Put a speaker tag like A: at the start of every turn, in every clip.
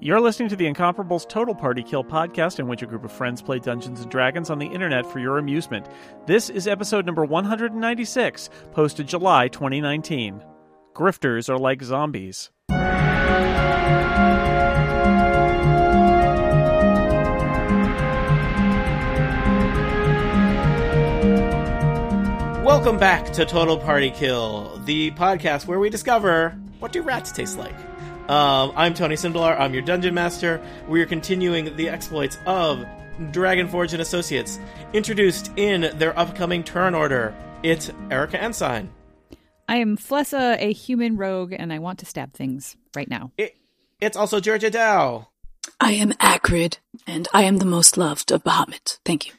A: You're listening to the Incomparables Total Party Kill podcast, in which a group of friends play Dungeons and Dragons on the internet for your amusement. This is episode number 196, posted July 2019. Grifters are like zombies.
B: Welcome back to Total Party Kill, the podcast where we discover what do rats taste like. Um, I'm Tony Sindelar. I'm your dungeon master. We are continuing the exploits of Dragonforge and Associates, introduced in their upcoming turn order. It's Erica Ensign.
C: I am Flessa, a human rogue, and I want to stab things right now.
B: It, it's also Georgia Dow.
D: I am Acrid, and I am the most loved of Bahamut. Thank you.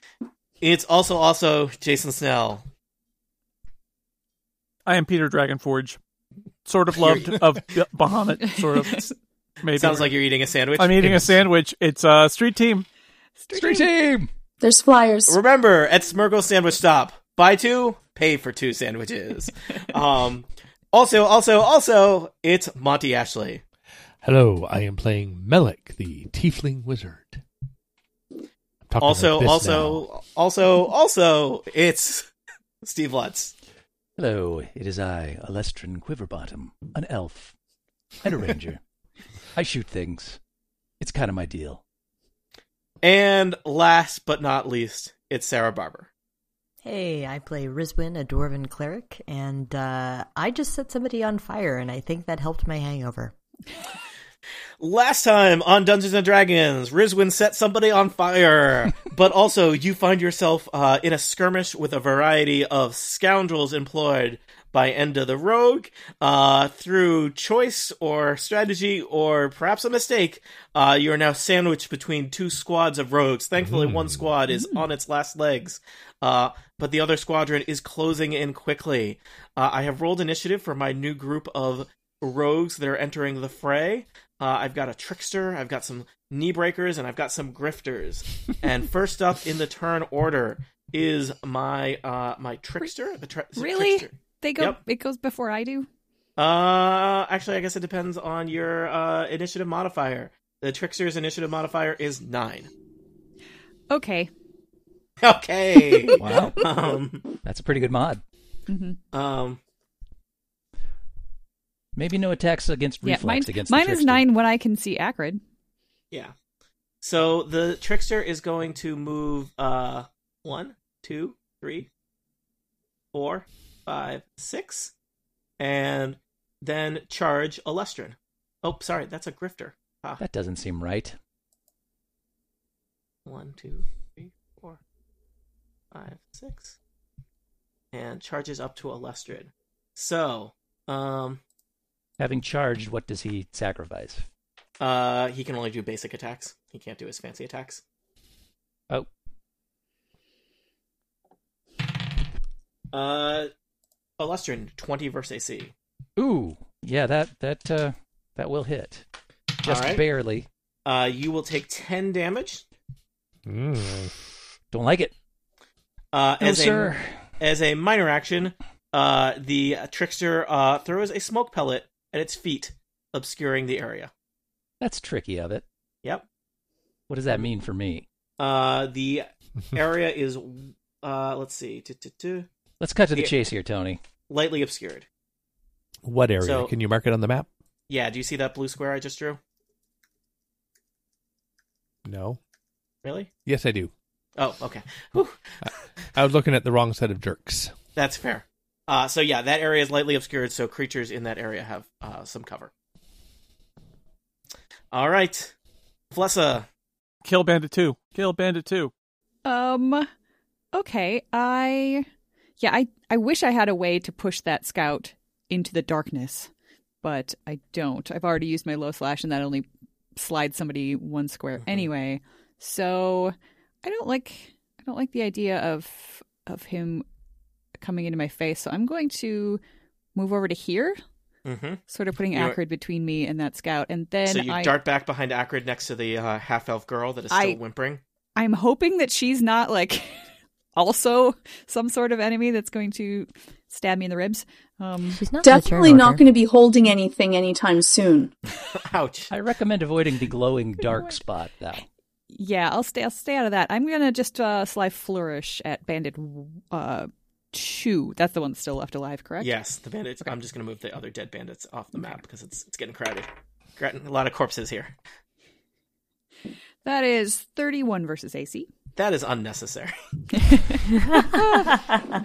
B: It's also also Jason Snell.
A: I am Peter Dragonforge, sort of loved of B- Bahamut, sort of. Maybe
B: Sounds like you're eating a sandwich.
A: I'm eating a sandwich. It's uh, Street Team.
E: Street team.
D: There's flyers.
B: Remember, at Smirgle Sandwich Stop, buy two, pay for two sandwiches. um, also, also, also, it's Monty Ashley.
E: Hello, I am playing Melek, the Tiefling Wizard. I'm talking
B: Also,
E: like this
B: also,
E: now.
B: also, also, it's Steve Lutz.
F: Hello, it is I, Alestrin Quiverbottom, an elf and a ranger. I shoot things. It's kind of my deal.
B: And last but not least, it's Sarah Barber.
G: Hey, I play Rizwin, a dwarven cleric, and uh, I just set somebody on fire, and I think that helped my hangover.
B: Last time on Dungeons and Dragons, Rizwin set somebody on fire, but also you find yourself uh, in a skirmish with a variety of scoundrels employed by Enda the Rogue. Uh, through choice or strategy or perhaps a mistake, uh, you are now sandwiched between two squads of rogues. Thankfully, one squad is on its last legs, uh, but the other squadron is closing in quickly. Uh, I have rolled initiative for my new group of rogues that are entering the fray. Uh, I've got a trickster, I've got some knee breakers, and I've got some grifters. and first up in the turn order is my uh my trickster. The tri-
C: Really?
B: trickster.
C: They go.
B: Yep.
C: It goes before I do.
B: Uh, actually, I guess it depends on your uh initiative modifier. The trickster's initiative modifier is nine.
C: Okay.
B: Okay.
F: Wow,
B: um,
F: that's a pretty good mod.
C: hmm
B: um,
F: Maybe no attacks against
C: Yeah,
F: reflex
C: mine,
F: against. the
C: mine is
F: trickster.
C: nine when I can see Acrid.
B: yeah. So the trickster is going to move uh one, two, three, four, five, six, and then charge Alestrin. Oh, sorry, that's a grifter. Ah.
F: That doesn't seem right.
B: One, two, three, four, five, six. And charges up to Alestrid. So, um,
F: Having charged, what does he sacrifice?
B: uh, he can only do basic attacks. He can't do his fancy attacks.
F: Oh,
B: Uh, Alestrin, 20 versus AC.
F: ooh, yeah, that that uh, that will hit, just
B: All right.
F: barely.
B: Uh, you will take 10 damage.
E: Mm.
F: Don't like it.
B: Uh,
F: No,
B: as,
F: sir.
B: a, as a minor action, uh, the trickster uh, throws a smoke pellet at its feet, obscuring the area.
F: That's tricky of it.
B: Yep.
F: What does that mean for me?
B: Uh, the area is, uh, let's see, tu- tu- tu,
F: Let's cut to the
B: Yeah.
F: chase here, Tony.
B: lightly obscured.
E: What area?
B: So-
E: Can you mark it on the map?
B: Yeah, do you see that blue square I just drew?
E: No.
B: Really?
E: Yes, I do.
B: Oh, okay. Whew,
E: I was looking at the wrong set of jerks.
B: that's fair. Uh, so yeah, that area is lightly obscured, so creatures in that area have uh, some cover. All right, Flessa.
A: Kill Bandit 2. Kill Bandit 2.
C: Um. Okay. I. Yeah. I. I wish I had a way to push that scout into the darkness, but I don't. I've already used my low slash, and that only slides somebody one square
B: Mm-hmm.
C: anyway. So I don't like. I don't like the idea of of him coming into my face. So I'm going to move over to here,
B: Mm-hmm.
C: sort of putting
B: You're-
C: Acrid between me and that scout, and then
B: so you
C: I.
B: dart back behind Acrid next to the uh, half elf girl that is still
C: I-
B: whimpering.
C: I'm hoping that she's not like also some sort of enemy that's going to stab me in the ribs. Um,
G: She's not
H: Definitely not going to be holding anything anytime soon.
B: Ouch.
F: I recommend avoiding the glowing dark spot, though.
C: yeah, I'll stay. I'll stay out of that. I'm gonna just uh, sly flourish at Bandit uh, Two. That's the one that's still left alive, correct?
B: Yes, the bandits. I'm just going to move the other dead bandits off the map because it's it's getting crowded. Got A lot of corpses here.
C: That is 31 versus AC.
B: That is unnecessary.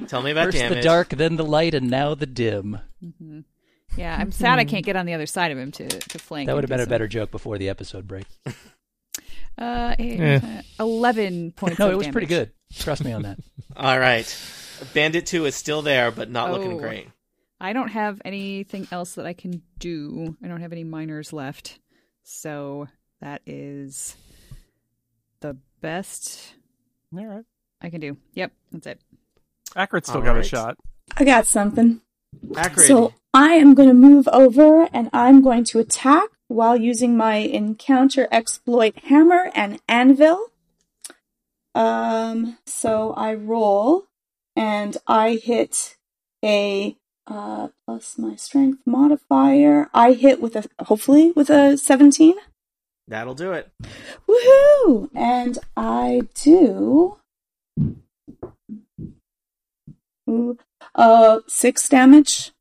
B: Tell me about
F: First
B: damage.
F: the dark, then the light, and now the dim.
C: Yeah, I'm sad I can't get on the other side of him to to flank.
F: That would have
C: and
F: been
C: do
F: a
C: some-
F: better joke before the episode break.
C: Uh, eight,
E: Yeah.
C: Eleven points.
F: Eh. no,
C: of
F: it was pretty
C: damage.
F: good. Trust me on that.
B: All right, bandit two is still there, but not
C: Oh.
B: looking great.
C: I don't have anything else that I can do. I don't have any minors left, so that is the best
A: All right.
C: I can do. Yep, that's it.
A: Akrat's still
B: All
A: got a
B: right.
A: shot.
H: I got something.
B: Acrid.
H: So I am going to move over and I'm going to attack while using my encounter exploit hammer and anvil. Um, so I roll and I hit a uh, plus my strength modifier. I hit with a hopefully with a 17.
B: That'll do it.
H: Woohoo! And I do. Ooh, Uh, six damage.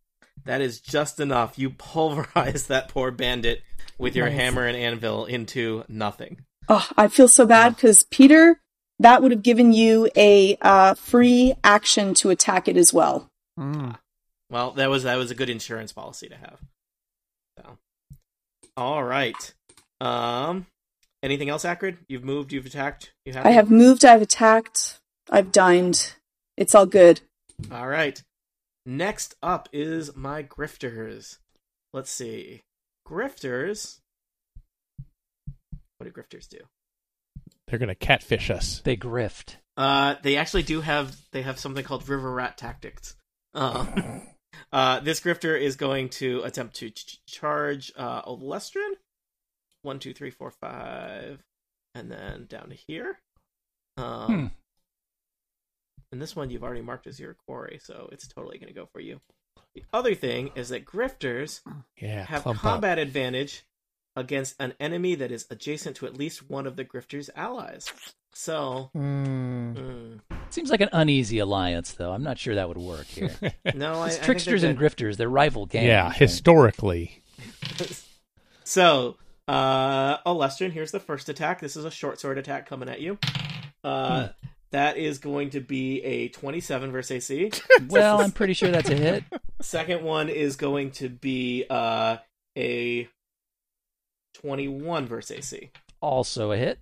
B: That is just enough. You pulverize that poor bandit with your hammer and anvil into nothing.
H: Oh, I feel so bad because Peter, that would have given you a uh, free action to attack it as well.
A: Mm.
B: Well, that was that was a good insurance policy to have. So, all right. Um, anything else, Acrid? You've moved. You've attacked. You
H: I have moved, I've attacked, I've dined. It's all good.
B: All right. Next up is my grifters. Let's see. Grifters. What do grifters do?
E: They're going to catfish us.
F: They grift.
B: Uh, they actually do have they have something called river rat tactics. Um, uh, this grifter is going to attempt to ch- ch- charge uh, Olestrin. One, two, three, four, five, and then down to here. Um,
F: Hmm.
B: And this one you've already marked as your quarry, so it's totally going to go for you. The other thing is that grifters
E: Yeah,
B: have
E: clump up.
B: combat advantage against an enemy that is adjacent to at least one of the grifter's allies. So,
E: Hmm.
G: Mm.
B: mm,
F: Seems like an uneasy alliance, though. I'm not sure that would work here.
B: no, I, I think
F: These
B: they're
F: tricksters and
B: good.
F: grifters, they're rival gangs.
E: Yeah,
F: right?
E: historically.
B: So, uh, Olestrin, here's the first attack. This is a short sword attack coming at you. Uh,
E: Hmm.
B: That is going to be a 27 versus AC.
F: well, I'm pretty sure that's a hit.
B: Second one is going to be uh, a 21 versus AC.
F: Also a hit.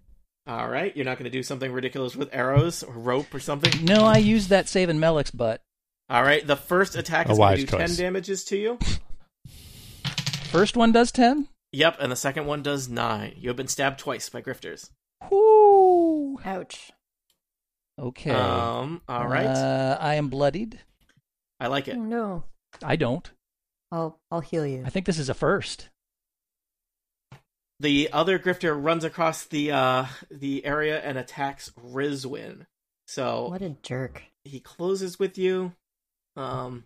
B: All right, you're not going to do something ridiculous with arrows or rope or something.
F: No, I used that saving Melek's butt.
B: All right, the first attack
E: A
B: is going
E: wise
B: to do
E: choice.
B: 10 damages to you.
F: First one does 10.
B: Yep, and the second one does 9. You have been stabbed twice by grifters.
F: Whoo!
G: Ouch.
F: Okay.
B: Um, all right.
F: Uh, I am bloodied.
B: I like it.
G: Oh, no.
F: I don't.
G: I'll I'll heal you.
F: I think this is a first.
B: The other grifter runs across the uh the area and attacks Rizwin. So
G: What a jerk.
B: he closes with you. Um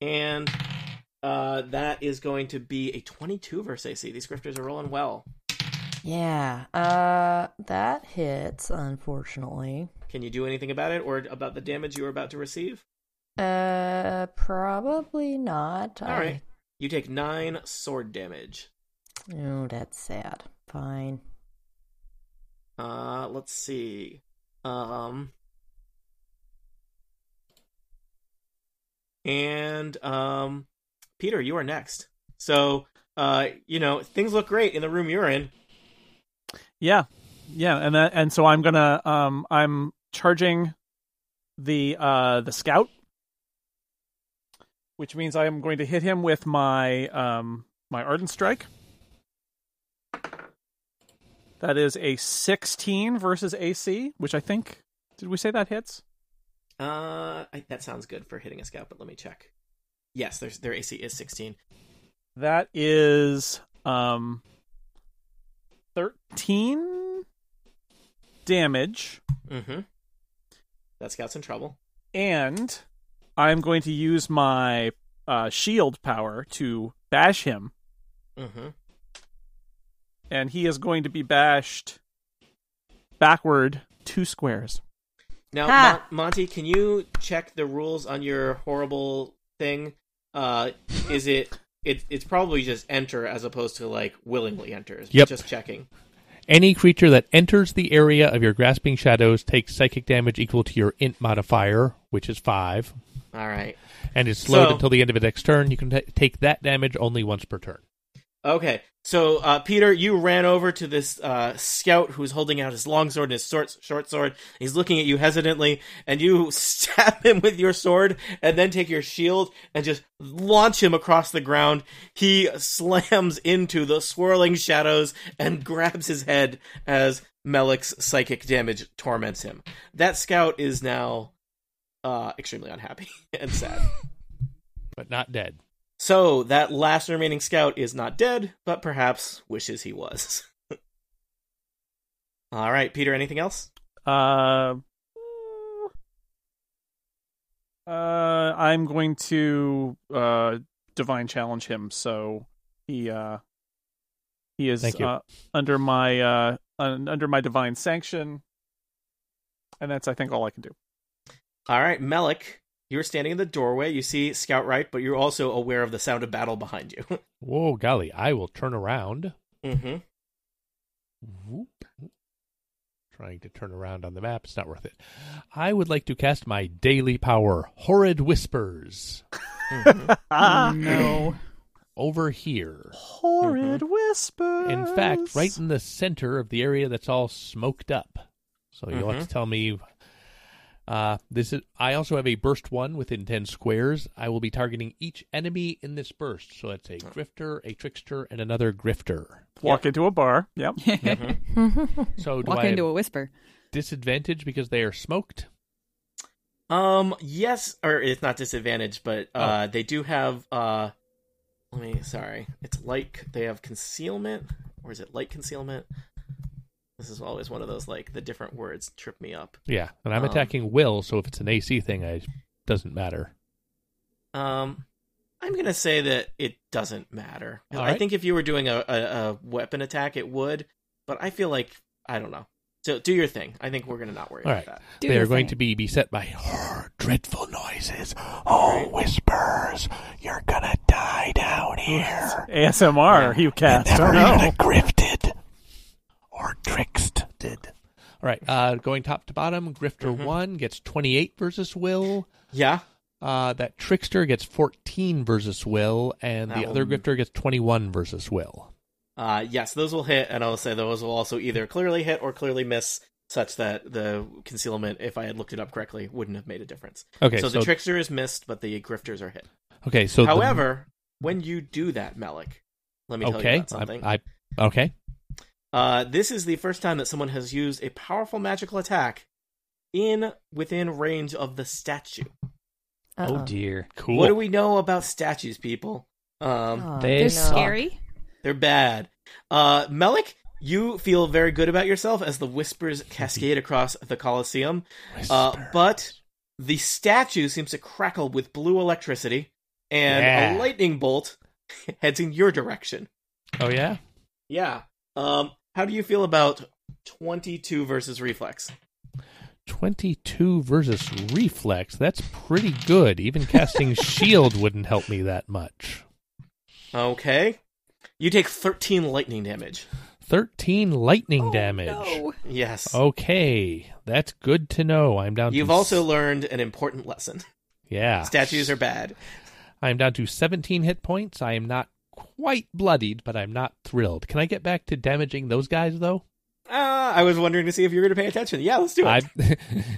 B: and uh that is going to be a 22 versus AC. These grifters are rolling well.
G: Yeah. Uh, that hits. Unfortunately.
B: Can you do anything about it or about the damage you were about to receive?
G: Uh, probably not.
B: All
G: I-
B: right. You take 9 sword damage.
G: Oh, that's sad. Fine.
B: Uh, let's see. Um, and um, Peter, you are next. So, uh, you know, things look great in the room you're in.
A: Yeah, yeah, and that, and so I'm gonna um I'm charging the uh the scout, which means I am going to hit him with my um my ardent strike. That is a 16 versus AC, which I think did we say that hits?
B: Uh, I, that sounds good for hitting a scout, but let me check. Yes, there's, their AC is 16.
A: That is um 13 damage,
B: Mm-hmm. That's got some trouble.
A: and I'm going to use my uh, shield power to bash him,
B: Mm-hmm.
A: and he is going to be bashed backward two squares.
B: Now, Mon-
G: Ha!
B: Monty, can you check the rules on your horrible thing? Uh, is it, it? It's probably just enter as opposed to like willingly enters.
E: Yep.
B: Just checking.
E: Any creature that enters the area of your grasping shadows takes psychic damage equal to your int modifier, which is five,
B: All right.
E: and is slowed
B: So-
E: until the end of its next turn. You can ta take that damage only once per turn.
B: Okay, so uh, Peter, you ran over to this uh, scout who's holding out his long sword and his short, short sword. He's looking at you hesitantly, and you stab him with your sword, and then take your shield and just launch him across the ground. He slams into the swirling shadows and grabs his head as Melek's psychic damage torments him. That scout is now uh, extremely unhappy and sad.
E: but not dead.
B: So that last remaining scout is not dead, but perhaps wishes he was. All right, Peter. Anything else?
A: Uh, uh, I'm going to uh, divine challenge him, so he uh, he is
E: Thank you.
A: Uh, under my uh, un- under my divine sanction, and that's I think all I can do.
B: All right, Melik. You're standing in the doorway. You see Scout Right, but you're also aware of the sound of battle behind you.
E: Whoa, golly! I will turn around.
B: mm-hmm.
E: Whoop. Trying to turn around on the map. It's not worth it. I would like to cast my daily power, Horrid Whispers,
C: Ah.
A: Ah.
C: no.
E: over here.
A: Horrid
F: Mm-hmm.
A: whispers.
E: In fact, right in the center of the area that's all smoked up. So you'll have to
C: Mm-hmm.
E: tell me. Uh, this is. I also have a burst one within ten squares. I will be targeting each enemy in this burst. So that's a grifter, a trickster, and another grifter.
A: walk into a bar. Yep.
G: mm-hmm.
E: So do
C: Walk
E: I have
C: into a whisper.
E: disadvantage because they are smoked?
B: Um. Yes, or it's not disadvantage, but uh, they do have. Uh, let me. Sorry, it's like they have concealment, or is it light concealment? This is always one of those like the different words trip me up.
E: Yeah, and I'm
B: Um,
E: attacking Will, so if it's an AC thing, I doesn't matter.
B: Um, I'm gonna say that it doesn't matter.
E: All
B: I
E: right.
B: think if you were doing a, a, a weapon attack, it would, but I feel like I don't know. So do your thing. I think we're gonna not worry
E: All
B: about
E: right,
B: that.
C: Do
E: they
C: your
E: are going
C: thing.
E: to be beset by dreadful noises. Oh, whispers! You're gonna die down here.
A: ASMR. You cast. Oh no.
E: grifted or tricksted. All right, uh, going top to bottom. Grifter
B: Mm-hmm.
E: one gets 28 versus Will.
B: Yeah.
E: Uh, that trickster gets 14 versus Will, and
B: That
E: the other
B: one-
E: grifter gets 21 versus Will.
B: Uh, yes, those will hit, and I will say those will also either clearly hit or clearly miss, such that the concealment, if I had looked it up correctly, wouldn't have made a difference.
E: Okay,
B: So, the
E: so-
B: trickster is missed, but the grifters are hit.
E: Okay, so the-
B: However, when you do that, Malik, let me tell you
E: okay,
B: about something.
E: I, I okay.
B: Uh, this is the first time that someone has used a powerful magical attack in within range of the statue.
F: Oh
G: Uh-oh.
F: dear.
E: Cool.
B: What do we know about statues, people? Um,
G: Oh,
F: They
C: They're
F: They're
G: no.
C: scary.
B: they're bad. Uh, Melik, you feel very good about yourself as the whispers cascade across the Colosseum, uh, but the statue seems to crackle with blue electricity, and a
E: Yeah.
B: lightning bolt heads in your direction.
E: oh yeah,
B: Yeah. Um, how do you feel about twenty-two versus reflex?
E: twenty-two versus reflex. That's pretty good. Even casting shield wouldn't help me that much.
B: Okay. You take 13 lightning damage.
E: Thirteen lightning
B: Oh,
E: damage.
C: Oh, No.
B: Yes.
E: Oh, Okay, that's good to know. I'm down.
B: You've
E: to
B: also
E: s-
B: learned an important lesson.
E: yeah.
B: Statues are bad.
E: I'm down to seventeen hit points. I am not quite bloodied, but I'm not thrilled. Can I get back to damaging those guys though?
B: Uh, I was wondering to see if you were going to pay attention. Yeah, let's do it.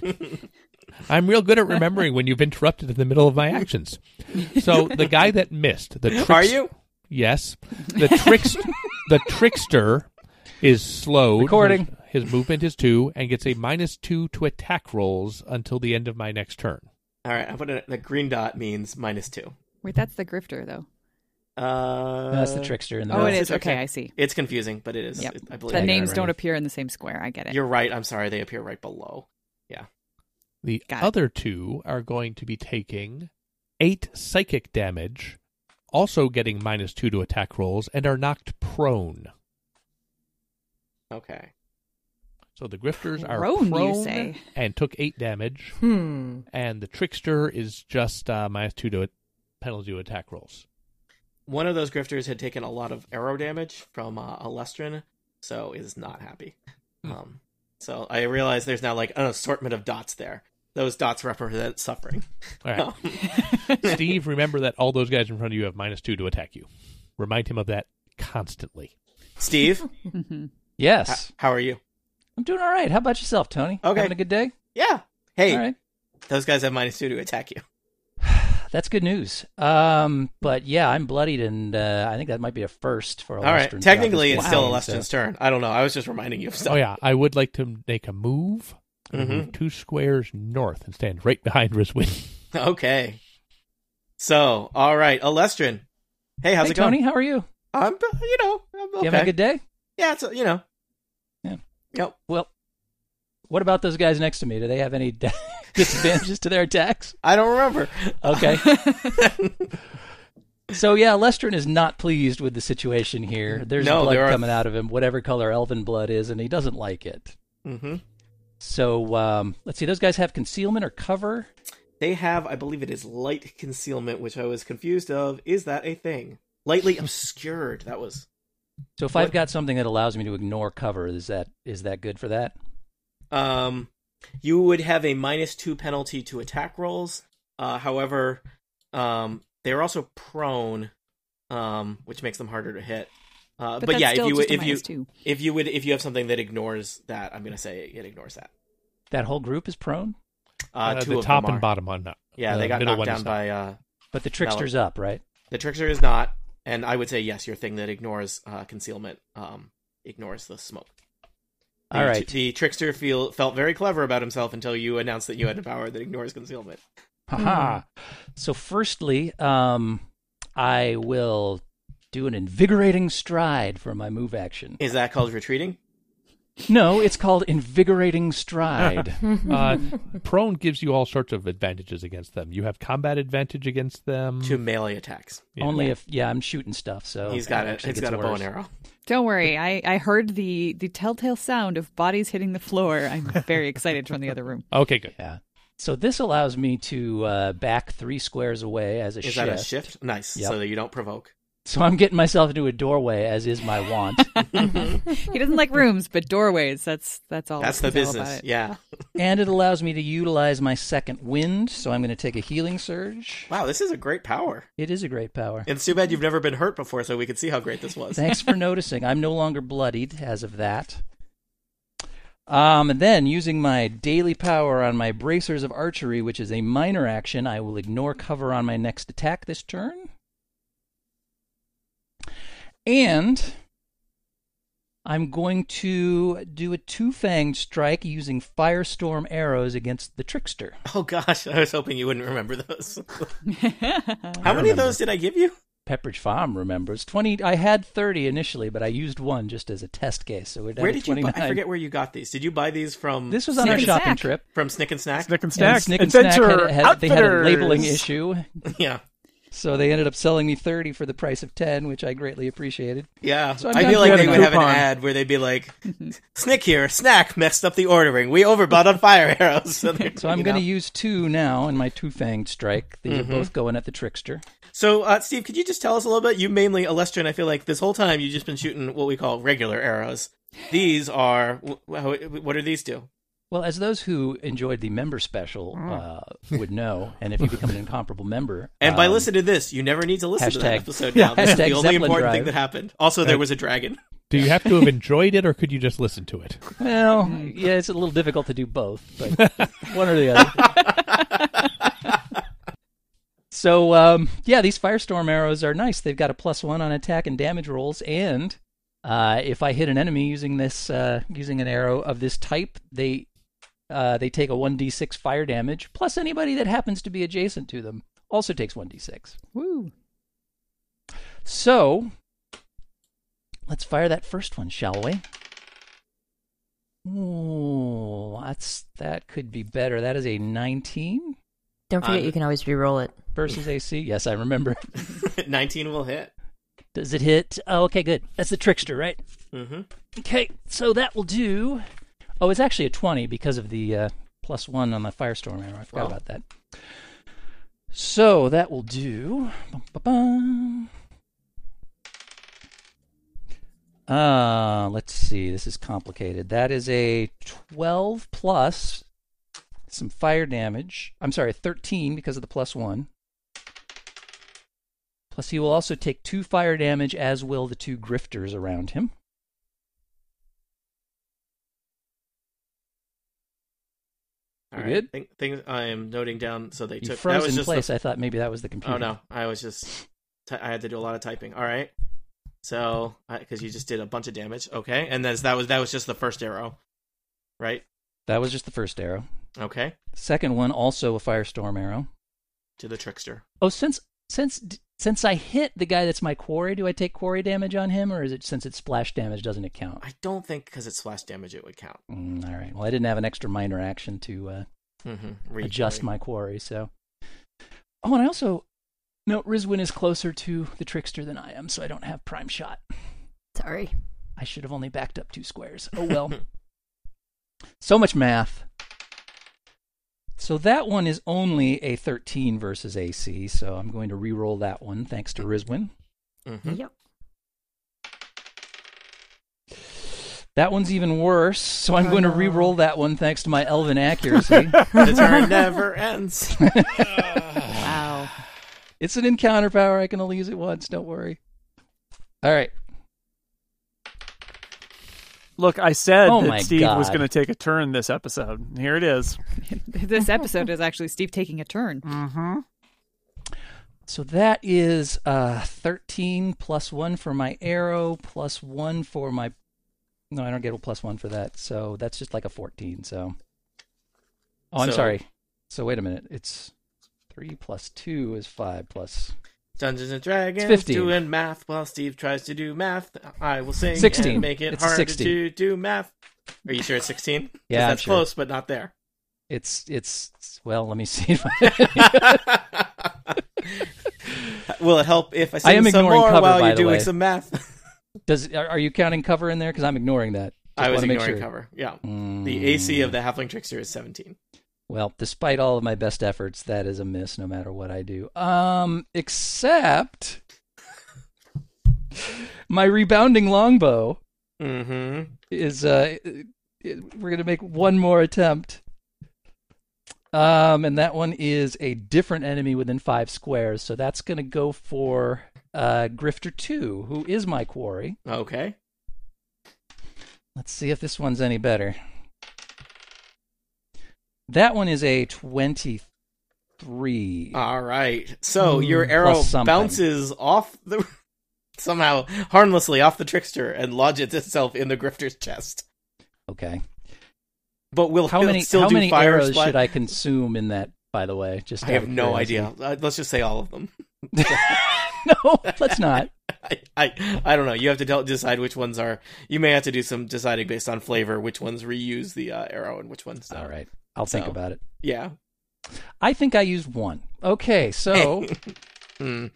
E: I'm, I'm real good at remembering when you've interrupted in the middle of my actions. So the guy that missed the trickster,
B: Are you?
E: Yes, the trickster. the trickster is slowed.
F: Recording.
E: His, his movement is two and gets a minus two to attack rolls until the end of my next turn.
B: All right. I'm gonna, the green dot means minus two.
C: Wait, that's the grifter though.
B: Uh,
F: No, that's the trickster in the
C: oh, it
F: middle.
C: is. Okay, I see.
B: It's confusing, but it is.
C: Yep.
B: It- I believe
C: The
F: I got it
C: names
F: right.
C: don't appear in the same square. I get it.
B: you're right. I'm sorry. They appear right below.
E: The
C: Got it.
E: other two are going to be taking eight psychic damage, also getting minus two to attack rolls, and are knocked prone.
B: Okay.
E: So the grifters are
C: Prone, you
E: prone
C: say?
E: and took eight damage,
G: Hmm.
E: and the trickster is just uh, minus two to penalty to attack rolls.
B: One of those grifters had taken a lot of arrow damage from uh, Alestrin, so is not happy.
E: Hmm.
B: Um, so I realize there's now like an assortment of dots there. Those dots represent suffering. Um,
E: All
C: Oh.
E: right, Steve, remember that all those guys in front of you have minus two to attack you. Remind him of that constantly.
B: Steve, h-
C: hmm
F: Yes.
B: how are you?
F: I'm doing all right. How about yourself, Tony?
B: Okay.
F: Having a good day?
B: Yeah. Hey,
F: All right.
B: those guys have minus two to attack you.
F: That's good news. Um, but yeah, I'm bloodied, and uh, I think that might be a first for a
B: All right.
F: Lestrin
B: Technically,
F: job
B: it's
F: this
B: still
F: weekend, so-
B: Alestrin's turn. I don't know. I was just reminding you of stuff.
E: Oh yeah, I would like to make a move. I'm gonna
B: Mhm.
E: move two squares north and stand right behind Rizwin.
B: Okay. So, all right, Alestrin. Hey, how's
F: hey,
B: it going?
F: Tony, how are you?
B: I'm, uh, you know, I'm
F: You
B: okay.
F: having a good day?
B: yeah, it's you know.
F: Yeah.
B: Yep.
F: Well, what about those guys next to me? Do they have any disadvantages to their attacks?
B: I don't remember. Uh,
F: Okay. so yeah, Lestrin is not pleased with the situation here. There's
B: No,
F: blood
B: there are-
F: coming out of him, whatever color elven blood is, and he doesn't like it.
B: hmm
F: So um, let's see. Those guys have concealment or cover.
B: They have, I believe, it is light concealment, which I was confused of. Is that a thing? Lightly obscured. That was.
F: So if
B: What-
F: I've got something that allows me to ignore cover, is that is that good for that?
B: Um, you would have a minus two penalty to attack rolls. Uh, however, um, they're also prone, um, which makes them harder to hit. Uh, but,
C: But, that's
B: yeah, if
C: still
B: you
C: just
B: would,
C: a
B: if you
C: minus two.
B: if you would if you have something that ignores that, I'm gonna say it ignores that.
F: That whole group is prone,
B: Uh, two
E: the
B: of
E: top
B: them
E: and
B: are.
E: bottom on that.
B: Yeah,
E: the
B: they got
E: middle
B: knocked
E: one
B: down
E: is not.
B: by uh,
F: but the trickster's up, right?
B: the trickster is not, and I would say yes, your thing that ignores uh, concealment um, ignores the smoke. The,
F: All right.
B: the trickster feel felt very clever about himself until you announced that you had a power that ignores concealment.
F: Haha. So, firstly, um, I will do an invigorating stride for my move action.
B: Is that called retreating?
F: No, it's called invigorating stride.
E: uh, prone gives you all sorts of advantages against them. You have combat advantage against them.
F: Mm.
B: to melee attacks.
E: Yeah.
F: Only if yeah, I'm shooting stuff. So
B: he's got
F: it
B: a
F: Oh, actually
B: he's
F: gets
B: got a bow
F: worse.
B: and arrow.
C: Don't worry. I, I heard the, the telltale sound of bodies hitting the floor. I'm very excited from the other room.
E: Okay, good.
F: Yeah. So this allows me to uh, back three squares away as a
B: Is
F: shift.
B: that a shift? Nice.
F: Yep.
B: So that you don't provoke.
F: So I'm getting myself into a doorway, as is my wont.
C: He doesn't like rooms, but doorways. That's that's all.
B: That's the
C: he's all about
B: business.
C: it.
B: Yeah.
F: and it allows me to utilize my second wind. So I'm going to take a healing surge.
B: Wow, this is a great power.
F: It is a great power.
B: It's too bad you've never been hurt before, so we could see how great this was.
F: Thanks for noticing. I'm no longer bloodied as of that. Um, and then using my daily power on my bracers of archery, which is a minor action, I will ignore cover on my next attack this turn. And I'm going to do a two fanged strike using firestorm arrows against the trickster.
B: Oh gosh, I was hoping you wouldn't remember those. How many of
F: remember.
B: those did I give you?
F: Pepperidge Farm remembers twenty. I had thirty initially, but I used one just as a test case. So we're down
B: Where
F: to
B: did you buy,
F: 29.
B: I forget mm, where you got these. Did you buy these from
F: This was on
C: Snick
F: our
C: and
F: shopping
C: Snack.
F: trip.
B: from Snick and Snack?
A: Snick and
F: And
A: Snack.
F: Snick and Snack had,
A: Adventure
F: had- they had a
A: Outfitters.
F: labeling issue,
B: yeah.
F: so they ended up selling me thirty for the price of ten, which I greatly appreciated.
B: Yeah.
F: So I've
B: I
F: got
B: feel like
A: you
B: they
A: a
B: would have an
A: coupon.
B: ad where they'd be like, Snick here, snack messed up the ordering. We overbought on fire arrows. So, they're-
F: So I'm
B: you
F: going to
B: know.
F: use two now in my two fanged strike. These
B: Mm-hmm.
F: are both going at the trickster.
B: So, uh, Steve, could you just tell us a little bit? You mainly, Alestrin, I feel like this whole time you've just been shooting what we call regular arrows. These are, wh- wh- what are these do?
F: Well, as those who enjoyed the member special
B: Mm.
F: uh, would know, and if you become an incomparable member,
B: And by
F: um,
B: listening to this, you never need to listen to that
F: hashtag-
B: episode now. This is the
F: hashtag
B: only
F: Zeppelin
B: important
F: Drive.
B: thing that happened. Also, there was a dragon.
E: Do you have to have enjoyed it, or could you just listen to it?
F: Well, yeah, it's a little difficult to do both, but one or the other. so, um, yeah, these firestorm arrows are nice. They've got a plus one on attack and damage rolls, and uh, if I hit an enemy using this uh, using an arrow of this type, they uh, they take a one d six fire damage plus anybody that happens to be adjacent to them also takes one d six.
C: Woo.
F: So let's fire that first one, shall we? Ooh, that's that could be better. That is a 19
G: Don't forget,
B: I'm-
G: you can always re-roll it.
F: versus AC. Yes, I remember.
B: 19 will hit.
F: Does it hit? Oh, okay, good. That's the trickster, right?
B: Mm-hmm.
F: Okay, so that will do. Oh, it's actually a 20 because of the uh, plus one on the firestorm arrow. I forgot
B: Wow.
F: about that. So that will do. Bum, bum, bum. Uh, let's see. This is complicated. That is a 12 plus some fire damage. I'm sorry, 13 because of the plus one. Plus, he will also take two fire damage, as will the two grifters around him.
B: All
F: You
B: right.
F: good?
B: Thing- things I am noting down. So they
F: You
B: took.
F: froze
B: that was
F: in
B: just the-
F: place. I thought maybe that was the computer.
B: oh no, I was just. T- I had to do a lot of typing. All right. So because you just did a bunch of damage. Okay, and that's that was that was just the first arrow, right?
F: That was just the first arrow.
B: Okay,
F: Second one also a firestorm arrow.
B: to the trickster.
F: Oh, since since since I hit the guy that's my quarry, do I take quarry damage on him, or is it since it's splash damage doesn't it count?
B: I don't think because it's splash damage it would count.
F: Mm, all right. Well, I didn't have an extra minor action to uh,
B: Mm-hmm.
F: adjust my quarry, so. Oh, and I also no Rizwin is closer to the trickster than I am, so I don't have prime shot.
G: Sorry.
F: I should have only backed up two squares. Oh well. so much math. So that one is only a 13 versus AC, so I'm going to re-roll that one thanks to Rizwin.
B: Mm-hmm.
G: Yep.
F: That one's even worse, so I'm
G: Oh,
F: going to
G: no.
F: re-roll that one thanks to my elven accuracy.
B: the turn never ends.
C: Wow.
F: it's an encounter power, I can only use it once, don't worry. All right.
A: Look, I said
F: Oh my
A: that Steve was
F: God.
A: going to take a turn this episode. Here it is.
C: this episode is actually Steve taking a turn.
A: Mm-hmm.
F: So that is uh, 13 plus 1 for my arrow, plus 1 for my. No, I don't get a plus 1 for that. So that's just like a 14. So. Oh, I'm
B: So-
F: sorry. So wait a minute. It's 3 plus 2 is 5 plus.
B: Dungeons and Dragons.
F: 15.
B: Doing math while Steve tries to do math. I will sing
F: 16.
B: and make it
F: It's a
B: harder
F: 16.
B: to do math. Are you sure it's 16?
F: Yeah, I'm
B: that's
F: sure.
B: close, but not there.
F: It's. it's Well, let me see. If I...
B: will it help if I sing
F: I am
B: some
F: ignoring
B: more
F: cover,
B: while
F: by
B: you're
F: the
B: doing
F: way.
B: some math?
F: Does are, are you counting cover in there? Because I'm ignoring that. Just
B: I was
F: wanna make
B: ignoring
F: sure.
B: cover. Yeah.
F: Mm.
B: The AC of the Halfling Trickster is 17.
F: Well, despite all of my best efforts, that is a miss no matter what I do. Um, except my rebounding longbow
B: Mm-hmm.
F: is uh it- we're going to make one more attempt. Um, and that one is a different enemy within 5 squares, so that's going to go for uh Grifter 2, who is my quarry.
B: Okay.
F: Let's see if this one's any better. That one is a 23.
B: All right. So
F: Mm,
B: your arrow
F: plus something.
B: bounces off the somehow harmlessly off the trickster and lodges itself in the grifter's chest.
F: Okay.
B: But will
F: How
B: he'll
F: many
B: still
F: how
B: do
F: many
B: fire
F: arrows
B: splat-
F: should I consume in that? By the way, just
B: I
F: out
B: have
F: of
B: no
F: curiosity?
B: idea. Uh, let's just say all of them.
F: no, let's not.
B: I, I I don't know. You have to tell, decide which ones are. You may have to do some deciding based on flavor, which ones reuse the uh, arrow and which ones. don't.
F: All right, I'll think
B: So.
F: about it.
B: Yeah.
F: I think I used one. Okay, so
B: Mm.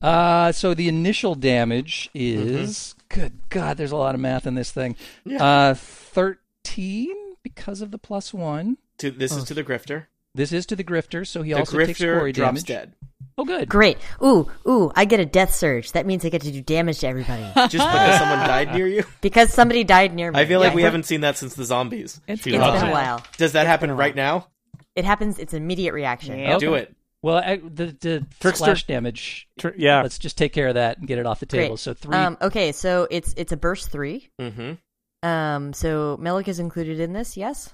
F: uh, so the initial damage is good. God, there's a lot of math in this thing.
B: Mm-hmm. Yeah.
F: Uh, thirteen because of the plus one.
B: To this is to the grifter.
F: This is to the grifter, so Oh, he
B: the
F: also takes
B: grifter
F: quarry
B: drops
F: damage.
B: dead.
F: Oh, good.
G: Great. Ooh, ooh, I get a death surge. That means I get to do damage to everybody.
B: Just because someone died near you.
G: because somebody died near me.
B: I feel like we
G: Yeah.
B: haven't seen that since the zombies.
C: It's
E: She
G: It's
E: loves
G: been
E: it.
G: a while.
B: Does that happen right now?
G: It happens. It's immediate reaction.
C: Yeah.
B: Do it.
F: Well, I, the the
A: Trickster-
F: splash damage.
A: yeah.
F: Let's just take care of that and get it off the table.
G: Great.
F: So three.
G: Um, okay, so it's it's a burst three.
B: Mm-hmm.
G: Um, so Melik is included in this. Yes.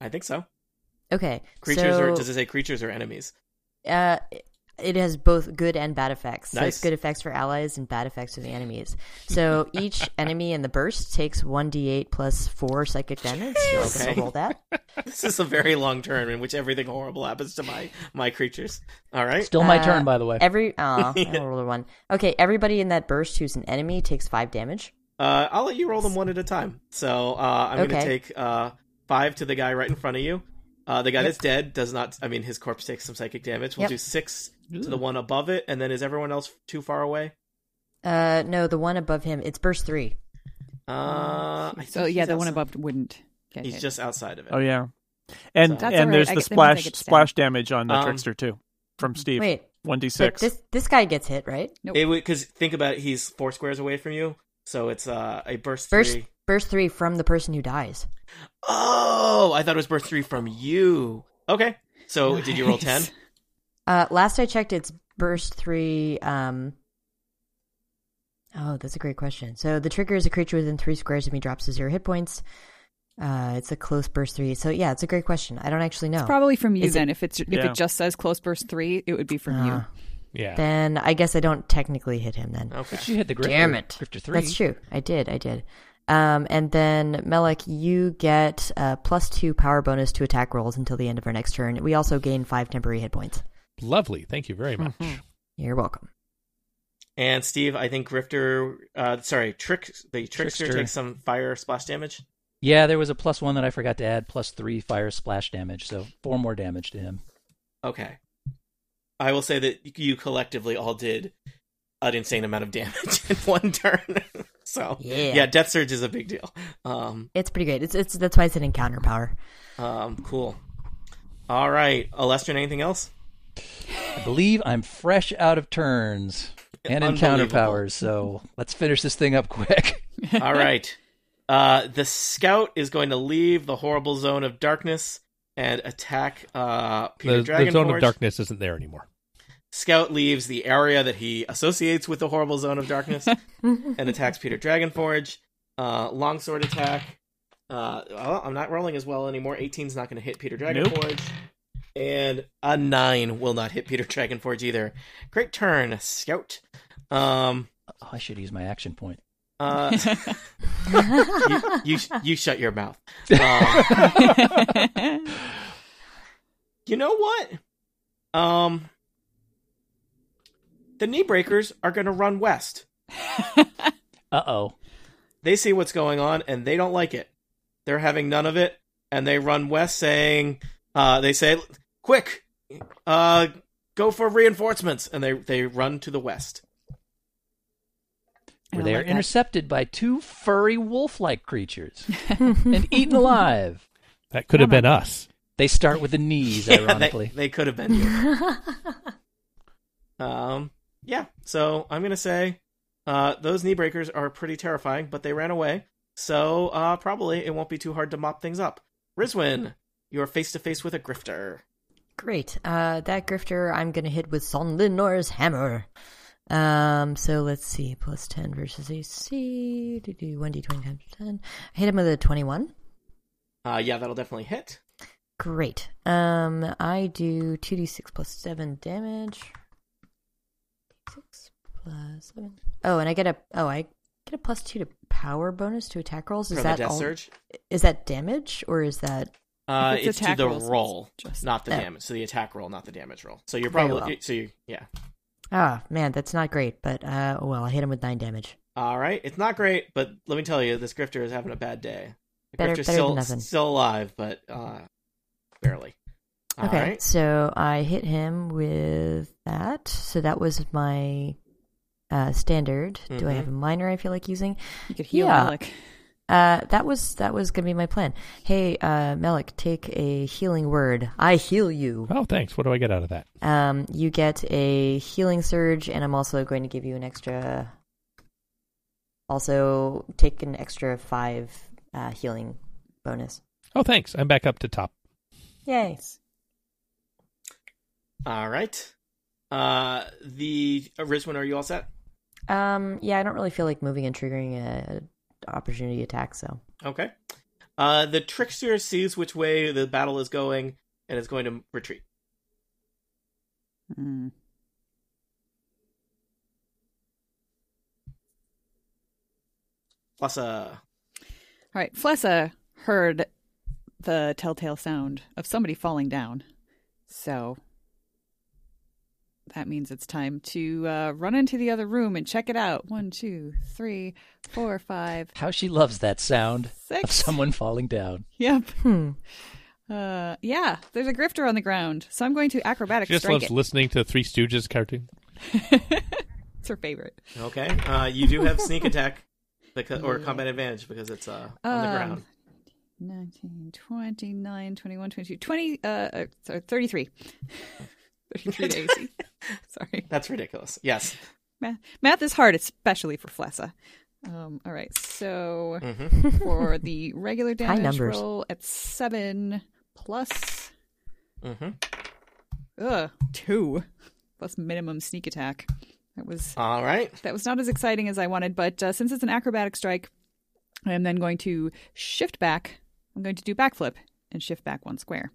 B: I think so.
G: Okay.
B: Creatures
G: so,
B: or does it say creatures or enemies?
G: Uh, it has both good and bad effects. So
B: Nice.
G: it's good effects for allies and bad effects for the enemies. So each enemy in the burst takes 1d8 plus 4 psychic damage. You're going
B: Okay.
G: to roll that.
B: This is a very long turn in which everything horrible happens to my my creatures. All right.
F: Still my
G: Uh,
F: turn, by the way.
G: Every oh, I rolled a one. Okay, everybody in that burst who's an enemy takes 5 damage.
B: Uh, I'll let you roll them one at a time. So uh, I'm going
G: Okay.
B: to take uh, five to the guy right in front of you. Uh, the guy that's dead does not. I mean, his corpse takes some psychic damage. We'll
G: Yep.
B: do six to the one above it, and then is everyone else too far away?
G: Uh, no, the one above him. It's burst three.
B: Uh, I
C: Oh, So
B: think
C: yeah,
B: he's
C: the one
B: outside-
C: above wouldn't get
B: He's
C: hit.
B: just outside of it.
A: Oh yeah, and and
B: That's
C: all right.
A: there's
C: I
A: the
C: get- that means I
A: splash
C: get to
A: splash damage on the
B: Um,
A: trickster too from Steve.
G: Wait,
A: one d
G: but
A: six.
G: this this guy gets hit, right?
C: Nope.
B: It because think about it, he's four squares away from you, so it's uh, a burst
G: Burst
B: three.
G: burst three from the person who dies.
B: Oh, I thought it was burst three from you. Okay, so did you roll ten?
C: Nice.
G: Uh, last I checked, it's burst three. Um. Oh, that's a great question. So the trigger is a creature within three squares of me drops to zero hit points. Uh, it's a close burst three. So yeah, it's a great question. I don't actually know.
C: It's probably from you
G: Is it-
C: then. If it's if
A: Yeah.
C: it just says close burst three, it would be from you.
G: Ah,
E: Yeah.
G: Then I guess I don't technically hit him then.
B: Okay.
F: But you hit the grifter.
G: Damn it.
F: Grifter three.
G: That's true. I did. I did. Um, and then Melek, you get a plus two power bonus to attack rolls until the end of our next turn. We also gain five temporary hit points.
E: Lovely. Thank you very
F: Mm-hmm.
E: much.
G: You're welcome.
B: And Steve, I think Grifter, uh, sorry, Trick, the trickster,
F: Trickster.
B: takes some fire splash damage.
F: Yeah, there was a plus one that I forgot to add, plus three fire splash damage, so four more damage to him.
B: Okay, I will say that you collectively all did an insane amount of damage in one turn. so
G: Yeah.
B: death surge is a big deal. Um,
G: It's pretty great. It's it's that's why it's an encounter power.
B: um, cool. All right, Alestrin, anything else?
F: I believe I'm fresh out of turns and encounter
B: Unbelievable.
F: powers, so let's finish this thing up quick.
B: All right. Uh, the scout is going to leave the horrible zone of darkness and attack uh, Peter
E: The, the
B: Dragonforge.
E: zone of darkness isn't there anymore.
B: Scout leaves the area that he associates with the horrible zone of darkness and attacks Peter Dragonforge. Uh, longsword attack. Uh, well, I'm not rolling as well anymore. 18's not going to hit Peter Dragonforge. And a 9 will not hit Peter Dragonforge either. Great turn, Scout. Um,
F: Oh, I should use my action point.
B: uh, you, you, sh- you shut your mouth. Um, you know what? Um, the knee breakers are going to run west.
F: Uh oh.
B: They see what's going on and they don't like it. They're having none of it, and they run west, saying, uh, "They say, quick, uh, go for reinforcements," and they they run to the west.
C: I
F: Where
C: don't
F: they are
C: like that.
F: intercepted by two furry wolf like creatures and eaten alive.
E: That could have been us.
F: They start with the knees,
B: Yeah, they-
F: ironically.
B: they, could have been. you. um, yeah. So I'm gonna say, uh, those knee breakers are pretty terrifying, but they ran away, so uh, probably it won't be too hard to mop things up. Rizwin, you're face to face with a grifter.
G: Great. Uh, that grifter I'm gonna hit with Son Linor's hammer. Um, so let's see, plus ten versus AC. Do do one d twenty times ten. I hit him with a twenty one.
B: Uh, yeah, that'll definitely hit.
G: Great. Um, I do two d six plus seven damage. Six plus seven. Oh, and I get a oh I get a plus two to power bonus to attack rolls. Is
B: From the
G: that
B: death
G: all?
B: surge?
G: Is that damage or is that
B: Uh,
C: If it's
B: it's to
C: attack
B: the
C: rolls, it's
B: roll,
C: just-
B: not the
G: Oh.
B: damage. So the attack roll, not the damage roll. So you're
G: Very
B: probably
G: well.
B: so you yeah.
G: ah man that's not great but uh oh well I hit him with nine damage.
B: All right, it's not great, but let me tell you, this grifter is having a bad day. The
G: Better-
B: grifter's
G: better
B: still
G: than nothing.
B: still alive, but uh, barely. All right.
G: Okay, so I hit him with that. So that was my uh, standard. Do I
B: Mhm.
G: have a minor? I feel like using.
C: You could heal
G: Yeah.
C: Alec.
G: Uh, that was that was gonna be my plan. Hey, uh, Melik, take a healing word. I heal you.
E: Oh, thanks. What do I get out of that?
G: Um, you get a healing surge, and I'm also going to give you an extra. Also, take an extra five uh, healing bonus.
E: Oh, thanks. I'm back up to top.
G: Yay!
B: All right. Uh, the uh, Rizwan, are you all set?
G: Um, yeah, I don't really feel like moving and triggering a, a opportunity attack, so.
B: Okay. Uh, the trickster sees which way the battle is going and is going to retreat.
C: Mm.
B: Plus uh, a
C: All right, Flessa heard the telltale sound of somebody falling down. So that means it's time to uh, run into the other room and check it out. One, two, three, four, five,
F: How she loves that sound of
C: Six.
F: someone falling down.
C: Yep.
G: Hmm.
C: Uh, yeah, there's a grifter on the ground, so I'm going to acrobatic
E: She just
C: strike
E: loves
C: it.
E: listening to Three Stooges cartoon.
C: it's her favorite.
B: okay. Uh, you do have sneak attack because or combat advantage because it's uh, on the
C: Um,
B: ground.
C: 19, 29, 21, 22, 20, uh, uh, sorry, 33. 33 to AC. Sorry.
B: That's ridiculous. Yes.
C: Math, math is hard, especially for Flessa. Um, all right, so
B: Mm-hmm.
C: for the regular
G: High
C: damage
G: numbers.
C: roll at 7 plus
B: Mm-hmm.
C: uh, 2 plus minimum sneak attack. That was
B: All right.
C: that was not as exciting as I wanted, but uh, since it's an acrobatic strike, I am then going to shift back. I'm going to do backflip and shift back one square.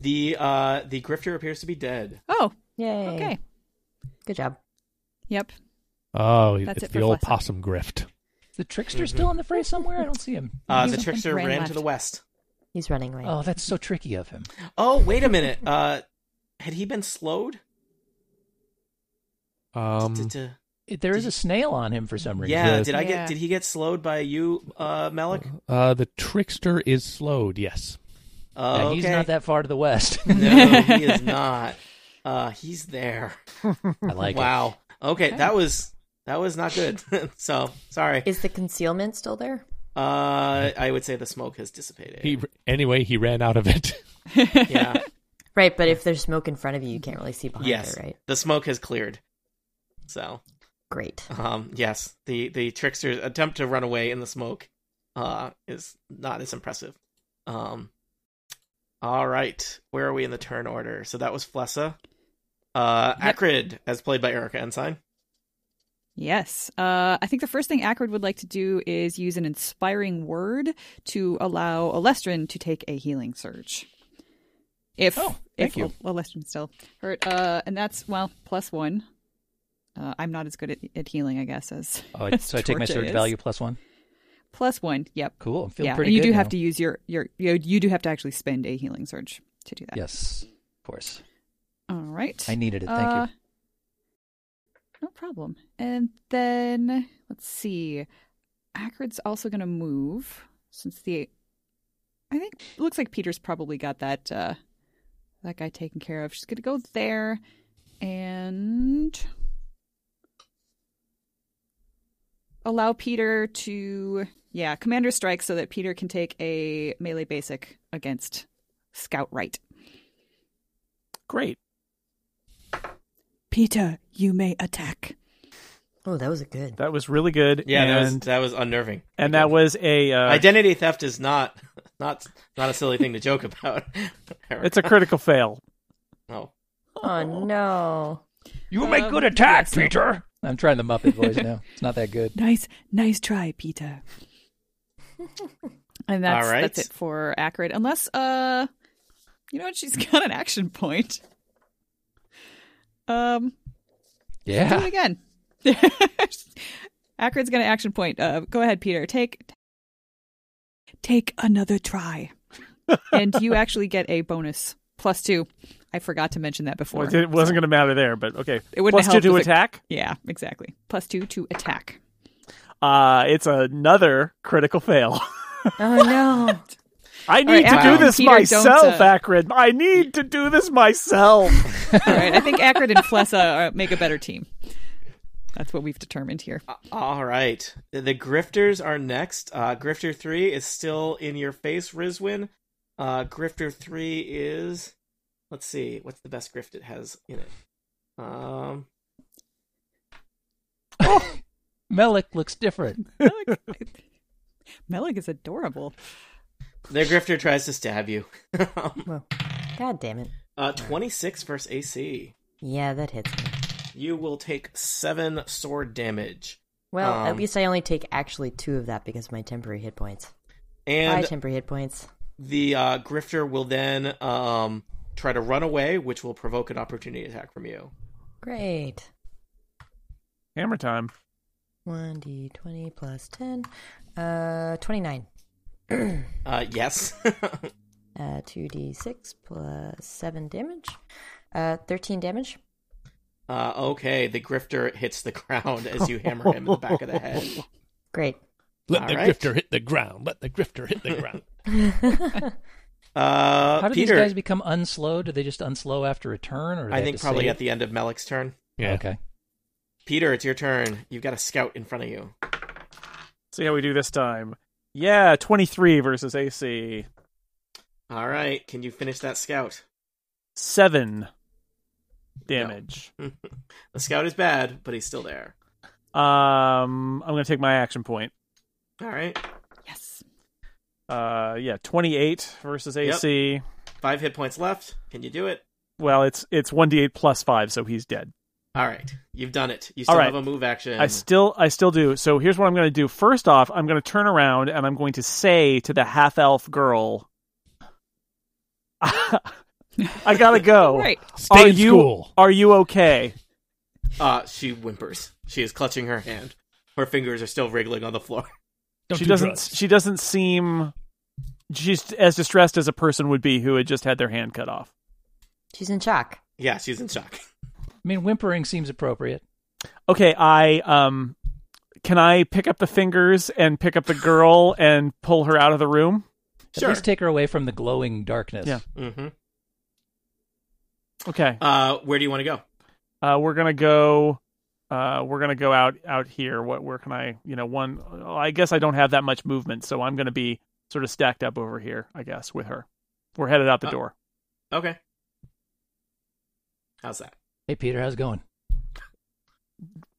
B: The uh, the grifter appears to be dead.
C: Oh,
G: Yay.
C: okay.
G: Good job.
C: Yep.
E: Oh,
C: That's
E: it's
C: it
E: the
C: for
E: old
C: Flessa.
E: possum grift.
F: Is the trickster still in the fray somewhere? I don't see him.
B: Uh,
C: He's
B: the
C: up and
B: trickster
C: ran
B: ran,
C: left.
B: to the west.
G: He's running away.
F: Oh, that's so tricky of him.
B: Oh, wait a minute. Uh, had he been slowed?
E: Um,
B: D-d-d-
F: It- There is a snail on him for some reason.
B: yeah.
E: the-
B: Did I
C: Yeah.
B: get? Did he get slowed by you, uh, Malik?
E: uh, the trickster is slowed. Yes.
B: Uh,
F: Yeah, he's
B: okay.
F: not that far to the west.
B: No, he is not. Uh, he's there.
F: I like
B: wow. Okay, that was that was not good. so sorry.
G: Is the concealment still there?
B: Uh, I would say the smoke has dissipated.
E: He anyway he ran out of it.
B: yeah.
G: Right, but if there's smoke in front of you, you can't really see behind
B: yes.
G: it, right?
B: The smoke has cleared. So,
G: Great.
B: um, yes, the the trickster's attempt to run away in the smoke, uh, is not as impressive. Um. All right, where are we in the turn order? So that was Flessa. Uh,
C: Yep.
B: Acrid, as played by Erica Ensign.
C: Yes. Uh, I think the first thing Acrid would like to do is use an inspiring word to allow Alestrin to take a healing surge. If
F: Oh,
C: if
F: thank you.
C: Al- Alestrin's still hurt, uh, and that's well plus one. Uh, I'm not as good at, at healing, I guess, as
F: Oh, I- so I take my
C: Torta
F: surge
C: is.
F: value plus one.
C: plus one. Yep.
F: Cool. I'm feeling
C: yeah,
F: pretty
C: and you
F: good
C: do
F: now.
C: have to use your your you, you do have to actually spend a healing surge to do that.
F: Yes, of course.
C: All right.
F: I needed it. Thank
C: Uh,
F: you.
C: No problem. And then let's see. Acrid's also going to move since the. I think it looks like Peter's probably got that uh, that guy taken care of. She's going to go there, and allow Peter to yeah commander strike so that Peter can take a melee basic against Scout Right.
A: Great.
C: Peter, you may attack.
G: Oh, that was a good.
A: That was really good.
B: Yeah, that was
A: and,
B: that was unnerving.
A: and that was a uh,
B: Identity theft is not not not a silly thing to joke about.
A: it's a critical fail.
B: no.
G: Oh no.
F: You
C: make um, good attack, yeah, so-
F: Peter. I'm trying the Muppet voice now. It's not that good.
C: Nice, nice try, Peter. and that's
B: All right.
C: that's it for Acrid. Unless, uh, you know what? She's got an action point. Um, do it
F: Yeah.
C: again. Acrid's got an action point. Uh, go ahead, Peter. Take take another try, and you actually get a bonus plus two. I forgot to mention that before.
B: Oh,
A: Well, it wasn't going to matter there, but okay.
C: It wouldn't
A: Plus
C: have helped
A: two to
C: if it-
A: attack.
C: yeah, exactly. Plus two to attack.
A: Uh, it's another critical fail.
G: Oh no.
A: I need
C: right,
A: to
C: Acrid,
A: do this
C: Peter, don't,
A: myself,
C: uh,
A: Acrid. I need to do this myself.
C: All right, I think Akrid and Flessa are, make a better team. That's what we've determined here.
F: Uh,
B: All right. The, the grifters are next. Uh Grifter 3 is still in your face, Rizwin. Uh Grifter 3 is let's see, what's the best grift it has in it? Um
F: Melik looks different.
C: Melik, Melik is adorable.
B: the grifter tries to stab you.
G: Well, God damn it.
B: uh 26 versus AC.
G: Yeah, that hits me.
B: You will take 7 sword damage.
G: Well, at
B: Um,
G: least I only take actually two of that because of my temporary hit points. Five
B: And
G: temporary hit points.
B: the uh, grifter will then um, try to run away, which will provoke an opportunity attack from you.
G: Great.
A: Hammer time.
G: One d twenty plus ten. Uh, twenty nine.
B: Uh, yes.
G: Uh, two d six plus seven damage. Uh, thirteen damage.
B: uh, okay, the grifter hits the ground as you hammer him in the back of the head.
G: Great.
E: Let
B: All
E: the
B: right.
E: grifter hit the ground. Let the grifter hit the ground.
B: Uh,
F: How do
B: Peter,
F: these guys become unslowed? Do they just unslow after a turn, or do
B: I
F: they
B: think
F: have to
B: probably
F: save?
B: at the end of Melek's turn.
E: Yeah.
F: Okay.
B: Peter, it's your turn. You've got a scout in front of you.
A: See how we do this time. Yeah, 23 versus AC.
B: All right, can you finish that scout?
A: 7 damage.
B: The scout is bad, but he's still there.
A: Um, I'm going to take my action point.
B: All right,
C: Yes.
A: Uh, yeah, 28 versus AC.
B: five hit points left. Can you do it?
A: Well, it's it's 1d8 plus 5, so he's dead.
B: All right, you've done it. You still
A: right.
B: have a move action.
A: I still I still do. So here's what I'm going to do. First off, I'm going to turn around and I'm going to say to the half elf girl, "I gotta go.
C: Right.
E: Stay
A: are
E: in
A: you
E: school.
A: are you okay?
B: Uh, she whimpers. She is clutching her hand. Her fingers are still wriggling on the floor.
E: Don't
A: she
E: do
A: doesn't
E: drugs.
A: she doesn't seem she's as distressed as a person would be who had just had their hand cut off.
G: She's in shock.
B: Yeah, she's in shock.
F: I mean, whimpering seems appropriate.
A: Okay, I um can I pick up the fingers and pick up the girl and pull her out of the room?
F: At
B: Sure.
F: least take her away from the glowing darkness.
A: Yeah.
B: hmm
A: Okay.
B: Uh, where do you want to go?
A: uh, we're gonna go uh, we're gonna go out out here what where can i you know one i guess i don't have that much movement so i'm gonna be sort of stacked up over here i guess with her we're headed out the
B: Uh,
A: door
B: Okay. How's that?
F: Hey, Peter, how's it going?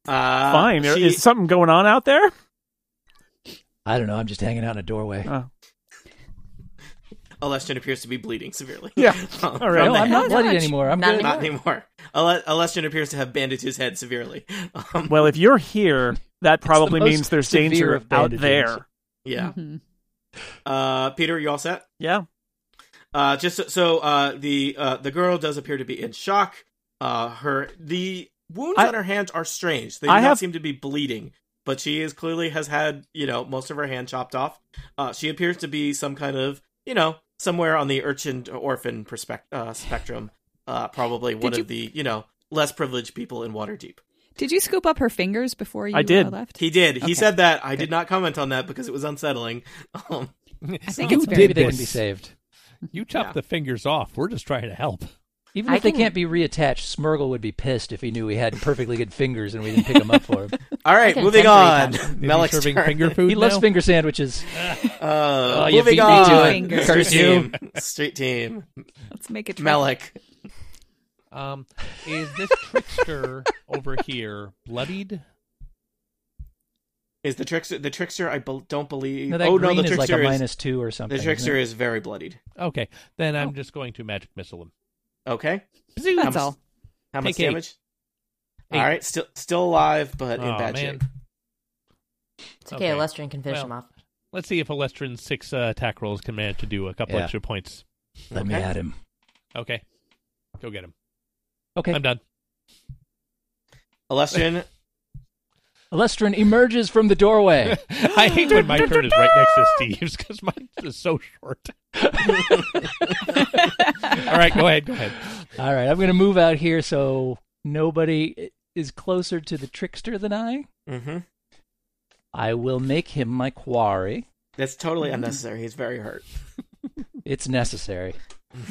B: Uh,
A: fine There-
B: she-
A: is something going on out there
F: I don't know. I'm just hanging out in a doorway.
A: Uh,
B: Alestian appears to be bleeding severely. Um,
A: Yeah.
B: From-
A: All right.
B: from the
F: No, Oh, I'm
B: head.
F: not bloodied anymore. I'm
G: Not
F: good.
B: Not anymore. Ale- Alestian appears to have bandaged his head severely. Um,
A: well if you're here that
F: the
A: probably
F: most
A: means there's
F: severe
A: danger
F: of
A: out
F: bandages.
A: there
B: yeah.
A: Mm-hmm.
C: Mhm.
B: Uh, Peter, you all set?
A: yeah
B: Uh, just so, so uh, the uh, the girl does appear to be in shock. Uh, her the wounds
A: I-
B: on her hands are strange. They do
A: I
B: not
A: have-
B: seem to be bleeding, but she is clearly has had you know most of her hand chopped off. Uh, she appears to be some kind of you know somewhere on the urchin to orphan perspect- uh, spectrum. Uh, probably one
C: you-
B: of the you know less privileged people in Waterdeep.
C: Did you scoop up her fingers before you
A: I did.
C: uh, left?
B: He did. He
C: Okay.
B: said that. I did not comment on that because it was unsettling. Um,
C: I think
E: you
C: it's very
F: Maybe
E: did
F: they
E: this.
F: can be saved.
E: You chop the fingers off. We're just trying to help.
F: Even
G: I
F: if they
G: can-
F: can't be reattached, Smurgle would be pissed if he knew he had perfectly good fingers and we didn't pick him up for him.
B: all right,
G: can
B: moving on.
G: attempt
E: Is he
B: Melek's
E: serving
B: turn.
E: finger food.
F: He loves
E: now?
F: finger sandwiches.
B: Uh,
F: Oh, you
B: moving
F: beat me
C: to it.
B: on.
C: Fingers.
B: Street
F: Curse you.
B: team. Street team.
C: Let's make it
B: Melek.
E: Um, is this trickster over here bloodied?
B: Is the trickster? The trickster. I bel don't believe.
F: No, that
B: oh no,
F: green
B: the
F: is like
B: trickster
F: a minus two or something.
B: the
F: isn't it?
B: trickster is very bloodied.
E: Okay, then
F: Oh.
E: I'm just going to magic missile him.
B: Okay.
C: That's
B: I'm s-
C: all.
B: How much
E: Take eight.
B: damage?
E: Eight.
B: All right, still still alive, but in
F: Oh,
E: Aw,
B: bad
E: man.
B: shape.
G: It's okay.
E: Okay.
G: Alestrin can finish
E: Well,
G: him off.
E: Let's see if Alestrin's six uh, attack rolls can manage to do a couple
F: Yeah.
E: extra points.
F: Let me
B: Okay.
F: at him.
E: Okay, go get him.
F: Okay.
E: I'm done.
B: Alestian.
F: Alestrin emerges from the doorway.
E: I hate when my turn is right next to Steve's because mine is so short. All right, go ahead. Go ahead.
F: All right, I'm going to move out here so nobody is closer to the trickster than I.
B: mm-hmm.
F: I will make him my quarry.
B: That's
F: Mm.
B: totally unnecessary. He's very hurt.
F: It's necessary.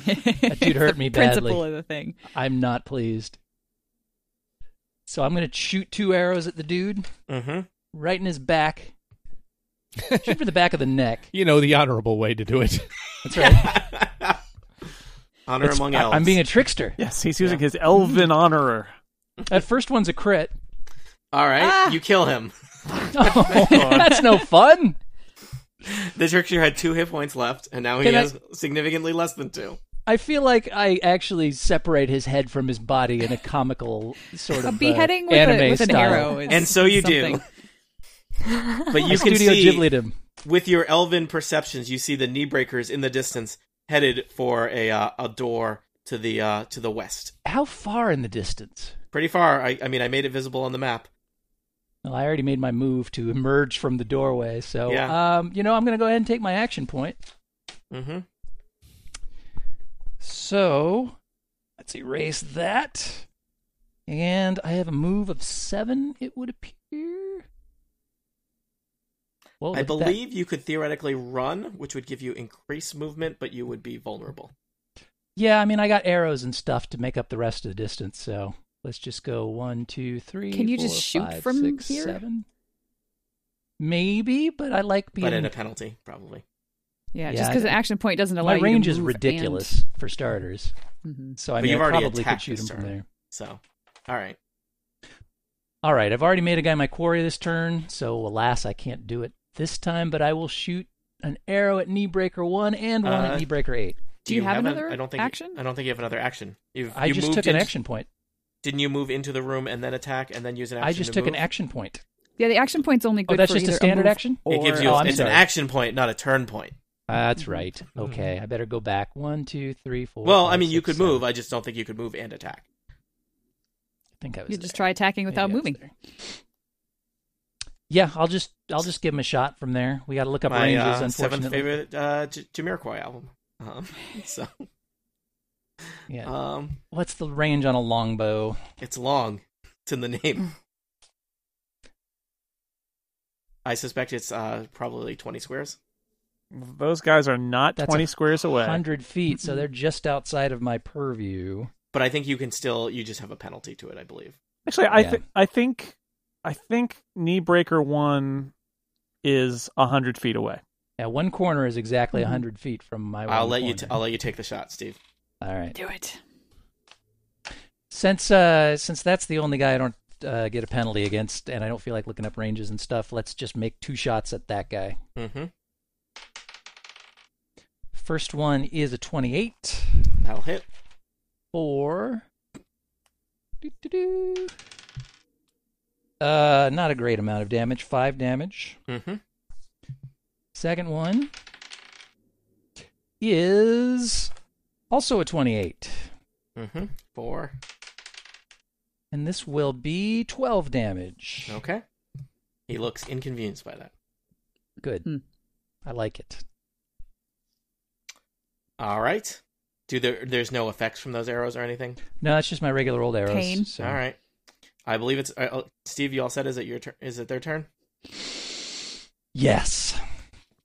C: that
F: dude hurt me
C: Principle
F: badly.
C: of the thing.
F: I'm not pleased. So I'm going to shoot two arrows at the dude
B: Mm-hmm.
F: right in his back. Shoot for the back of the neck.
E: You know the honorable way to do it.
F: That's right.
B: Honor
F: It's-
B: among
F: I-
B: elves.
F: I'm being a trickster.
A: yes he's using his elven honorer
F: That first one's a crit.
B: All right,
C: Ah.
B: you kill him.
F: Oh, that's no fun.
B: The trickster had two hit points left, and now he
F: Can I-
B: has significantly less than two.
F: I feel like I actually separate his head from his body in a comical sort of
C: A
F: uh,
C: beheading with,
F: anime
C: a, with an
F: style.
C: arrow. Is
B: And so you do.
C: something.
B: But
F: I
B: you can
F: Studio
B: see
F: Ghibli'd him.
B: with your elven perceptions, you see the knee breakers in the distance, headed for a uh, a door to the uh, to the west.
F: How far in the distance?
B: Pretty far. I, I mean, I made it visible on the map.
F: Well, I already made my move to emerge from the doorway, so
B: Yeah.
F: um, you know, I'm going to go ahead and take my action point.
B: Mm-hmm.
F: So let's erase that. And I have a move of seven, it would appear. Well,
B: I
F: with Oh, that-
B: believe you could theoretically run, which would give you increased movement, but you would be vulnerable.
F: Yeah, I mean, I got arrows and stuff to make up the rest of the distance, so let's just go one, two, three.
C: Can you
F: four,
C: just shoot
F: five,
C: from
F: six,
C: here?
F: seven. Maybe, but I like being.
B: But at a penalty, probably.
C: Yeah,
F: Yeah,
C: just because
F: I-
C: an action point doesn't allow
F: my
C: you to
F: range is
C: move
F: ridiculous for starters,
C: and- Mhm.
F: so I
B: But
F: mean,
B: you've
F: I
B: already
F: probably could
B: attacked
F: shoot him
B: this
F: from
B: turn.
F: there.
B: So, all right.
F: All right, I've already made a guy my quarry this turn, so alas, I can't do it this time. But I will shoot an arrow at Kneebreaker one and one
B: Uh,
F: at Kneebreaker eight.
C: Do you have
B: an-
C: another
B: I don't think
C: action?
B: I don't think you have another action. You've,
F: I
B: you
F: just
B: moved
F: took an
B: into-
F: action point.
B: Didn't you move into the room and then attack and then use an action?
F: I just
B: to
F: took an
B: move?
F: action point.
C: Yeah, the action point's only good
F: Oh, that's
C: for
F: just a
C: either
F: standard
C: move
F: action?
C: Or,
B: It gives you.
F: oh,
B: a-
F: I'm
B: it's
F: sorry.
B: an action point, not a turn point.
F: That's right. Okay, I better go back. One, two, three, four.
B: well, I
F: five,
B: mean, you
F: six,
B: could
F: seven.
B: move. I just don't think you could move and attack.
F: I think I was.
C: You just
F: there.
C: try attacking
F: Maybe
C: without
F: I was
C: moving.
F: there. Yeah, I'll just I'll just give him a shot from there. We got to look up
B: My
F: ranges.
B: uh, seventh
F: unfortunately,
B: favorite uh, J- Jamiroquai album. Um, so,
F: yeah.
B: um,
F: What's the range on a longbow?
B: It's long. It's in the name. I suspect it's uh, probably 20 squares.
A: Those guys are not
F: That's
A: 20
F: a
A: squares away.
F: Hundred feet, so they're just outside of my purview.
B: But I think you can still, you just have a penalty to it, I believe.
A: Actually, I
F: Yeah.
A: th- I think I think Kneebreaker One is hundred feet away.
F: Yeah, one corner is exactly hundred feet from my.
B: I'll
F: one
B: let you,
F: corner.
B: t- I'll let you take the shot, Steve.
F: All right.
C: Do it.
F: Since uh, since that's the only guy I don't uh, get a penalty against, and I don't feel like looking up ranges and stuff, let's just make two shots at that guy.
B: Mm-hmm.
F: First one is a twenty-eight.
B: That'll hit.
F: four. Doo-doo-doo. Uh, not a great amount of damage. Five damage.
B: Mm-hmm.
F: Second one is also a twenty-eight,
B: Mm-hmm. Four.
F: and this will be twelve damage.
B: Okay. He looks inconvenienced by that.
F: Good.
C: Hmm.
F: I like it.
B: All right. Do there, there's no effects from those arrows or anything?
F: No, it's just my regular old arrows.
C: Pain.
F: so-
B: All right. I believe it's, uh, uh, Steve, you all said, is it your turn? Is it their turn?
F: Yes.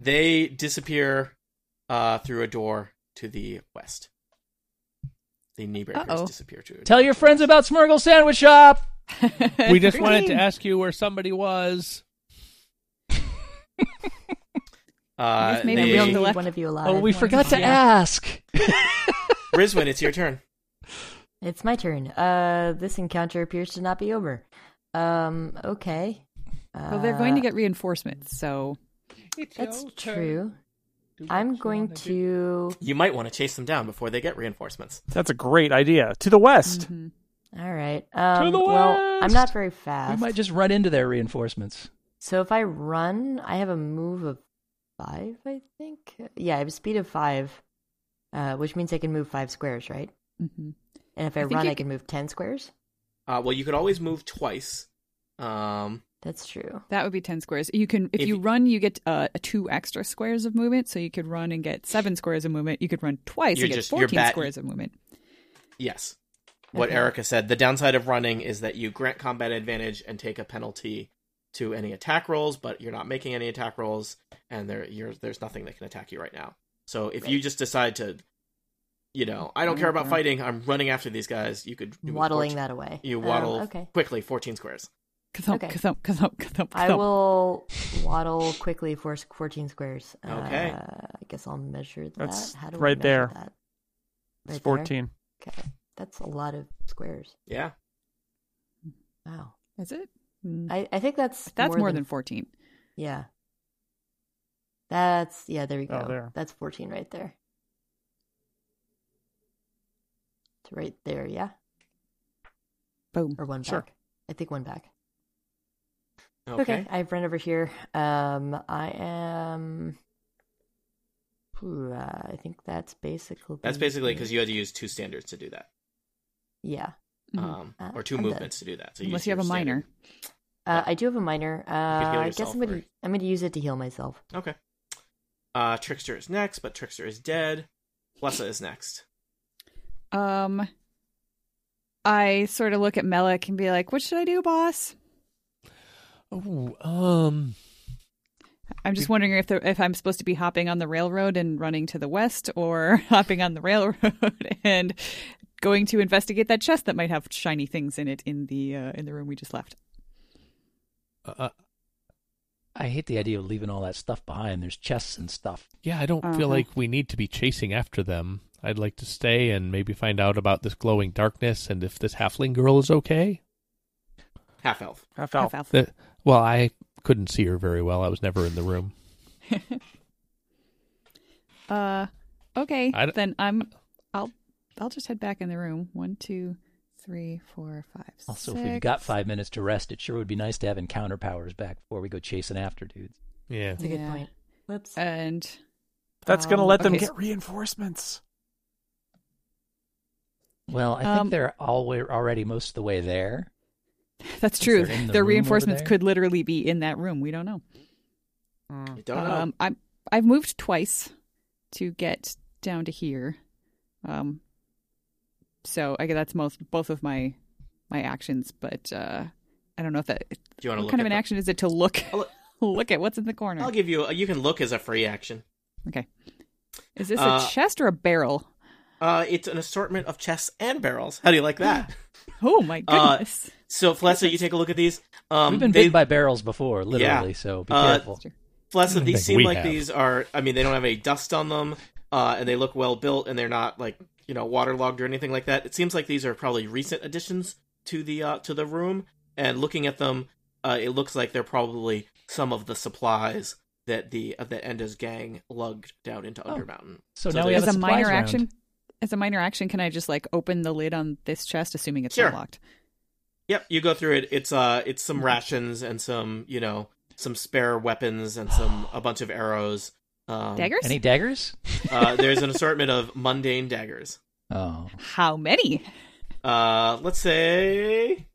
B: They disappear uh, through a door to the west. The knee breakers
C: Uh-oh.
B: disappear to a
F: Tell
B: door.
F: your friends about Smurgle Sandwich Shop.
E: We just wanted to
C: Green.
E: ask you where somebody was.
B: Uh,
C: You just made
G: And
B: they-
C: a
G: we
C: real
G: only need
C: left.
G: one of you alive.
F: Oh, we
G: One of
F: forgot
G: you
F: to
G: dead.
F: ask.
B: Rizwin, it's your turn.
G: It's my turn. Uh, this encounter appears to not be over. Um, okay. Uh,
C: Well, they're going to get reinforcements, so
G: That's true. I'm going to.
B: You might want to chase them down before they get reinforcements.
A: That's a great idea. To the west.
C: Mhm.
G: All right. Um,
F: the
G: well, I'm
F: west!
G: not very
F: We
G: fast.
F: might just run into their reinforcements.
G: So if I run, I have a move of five, I think. Yeah, I have a speed of five, uh, which means I can move five squares, right?
C: Mhm.
G: And if
C: I
G: I,
C: think
G: run,
C: you
G: I can move ten squares.
B: Uh, well, you could always move twice. Um,
G: That's true.
C: that would be ten squares. You can, if,
B: If-
C: you run, you get uh, two extra squares of movement. So you could run and get seven squares of movement. You could run twice
B: You're
C: and
B: just-
C: get
B: you're
C: fourteen
B: bat-
C: squares of movement.
B: yes. What
G: Okay.
B: Erica said. The downside of running is that you grant combat advantage and take a penalty to any attack rolls, but you're not making any attack rolls, and there you're, there's nothing that can attack you right now. So if you just decide to, you know, I don't care about
C: Okay.
B: fighting. I'm running after these guys. You could you would
G: Waddling
B: fortune-
G: that away.
B: You
G: Um,
B: waddle
G: okay.
B: quickly, 14 squares.
C: Ka-thump,
G: Okay.
C: ka-thump, ka-thump, ka-thump,
G: I
C: ka-thump.
G: will waddle quickly for s- 14 squares.
B: Okay.
G: Uh, I guess I'll measure that.
A: That's
G: How do I
A: right there.
G: measure That?
A: It's
G: Right there?
A: 14.
G: Okay. That's a lot of squares.
B: Yeah.
G: Wow.
C: Is it? Mm.
G: I, I think that's
C: That's more, than, fourteen.
G: Yeah. That's yeah, there we
A: Oh,
G: go.
A: there.
G: That's 14 right there. It's right there, yeah.
C: Boom.
G: Or one
A: Sure.
G: back. I think one back.
B: Okay.
G: Okay. I've run over here. Um I am Ooh, uh, I think that's basically
B: That's basically
G: Mm-hmm.
B: because you had to use two standards to do that,
G: Yeah.
C: Mhm.
B: um,
G: Uh,
B: or 2
G: I'm done.
B: movements to do that. So
C: Unless
B: use
C: you have
B: your
C: a minor.
B: standard.
G: Uh, I do have a minor. Uh,
B: can heal
G: I guess
B: yourself
G: I'm gonna
B: or-
G: I'm gonna use it to heal myself.
B: Okay. Uh, Trickster is next, but Trickster is dead. Blessa is next.
C: Um, I sort of look at Melek and be like, "What should I do, boss?"
E: Oh, um,
C: I'm just wondering if the, if I'm supposed to be hopping on the railroad and running to the west, or hopping on the railroad and going to investigate that chest that might have shiny things in it in the uh, in the room we just left.
E: uh,
F: I hate the idea of leaving all that stuff behind. There's chests and stuff.
E: yeah, I don't
C: Uh-huh.
E: feel like we need to be chasing after them. I'd like to stay and maybe find out about this glowing darkness and if this halfling girl is okay.
B: Half elf.
A: Half elf.
C: Half-elf.
E: That, well, I couldn't see her very well. I was never in the room.
C: Uh, okay.
E: I d-
C: Then I'm. I'll. I'll just head back in the room. One, two, three, four, five, six.
F: Also, if we've got five minutes to rest, it sure would be nice to have encounter powers back before we go chasing after dudes.
E: Yeah.
G: That's a good
C: Yeah.
G: point. Whoops.
C: And
A: That's going to
C: Um,
A: let them
C: okay.
A: get reinforcements.
F: Well, I
C: Um,
F: think they're all we're already most of the way there.
C: that's
F: Is
C: true.
F: there in the
C: Their
F: room over
C: reinforcements
F: there?
C: could literally be in that room. We don't know.
B: You don't know.
C: Um, I'm. I've moved twice to get down to here. Um. So I guess that's most both of my my actions, but uh, I don't know if that.
B: Do you want to
C: What
B: look
C: kind
B: at
C: of an
B: the-
C: action is it to look?
B: I'll look-
C: look at what's in the corner.
B: I'll give you. You can look as a free action.
C: Okay. Is this
B: Uh,
C: a chest or a barrel?
B: Uh, it's an assortment of chests and barrels. How do you like that?
C: Oh my
B: Uh,
C: goodness.
B: so, Flessa, you take a look at these. Um,
F: We've been
B: they,
F: bitten by barrels before, literally. So be
B: Uh,
F: careful.
B: Flessa,
E: I
B: these
E: think
B: seem
E: we
B: like
E: have.
B: these are. I mean, they don't have any dust on them, uh, and they look well built, and they're not like you know waterlogged or anything like that. It seems like these are probably recent additions to the uh, to the room. And looking at them, uh, it looks like they're probably some of the supplies that the of the Enda's gang lugged down into
F: Oh.
B: Undermountain.
F: So now we
B: there's-
F: have
C: as
F: a
C: a minor
F: supplies round.
C: action, as a minor action, can I just like open the lid on this chest, assuming it's
B: Sure.
C: not locked?
B: Yep, you go through it. It's uh, it's some rations and some you know some spare weapons and some a bunch of arrows. Um,
C: Daggers?
F: Any daggers?
B: uh, there's an assortment of mundane daggers.
F: Oh,
C: How many?
B: Uh, let's say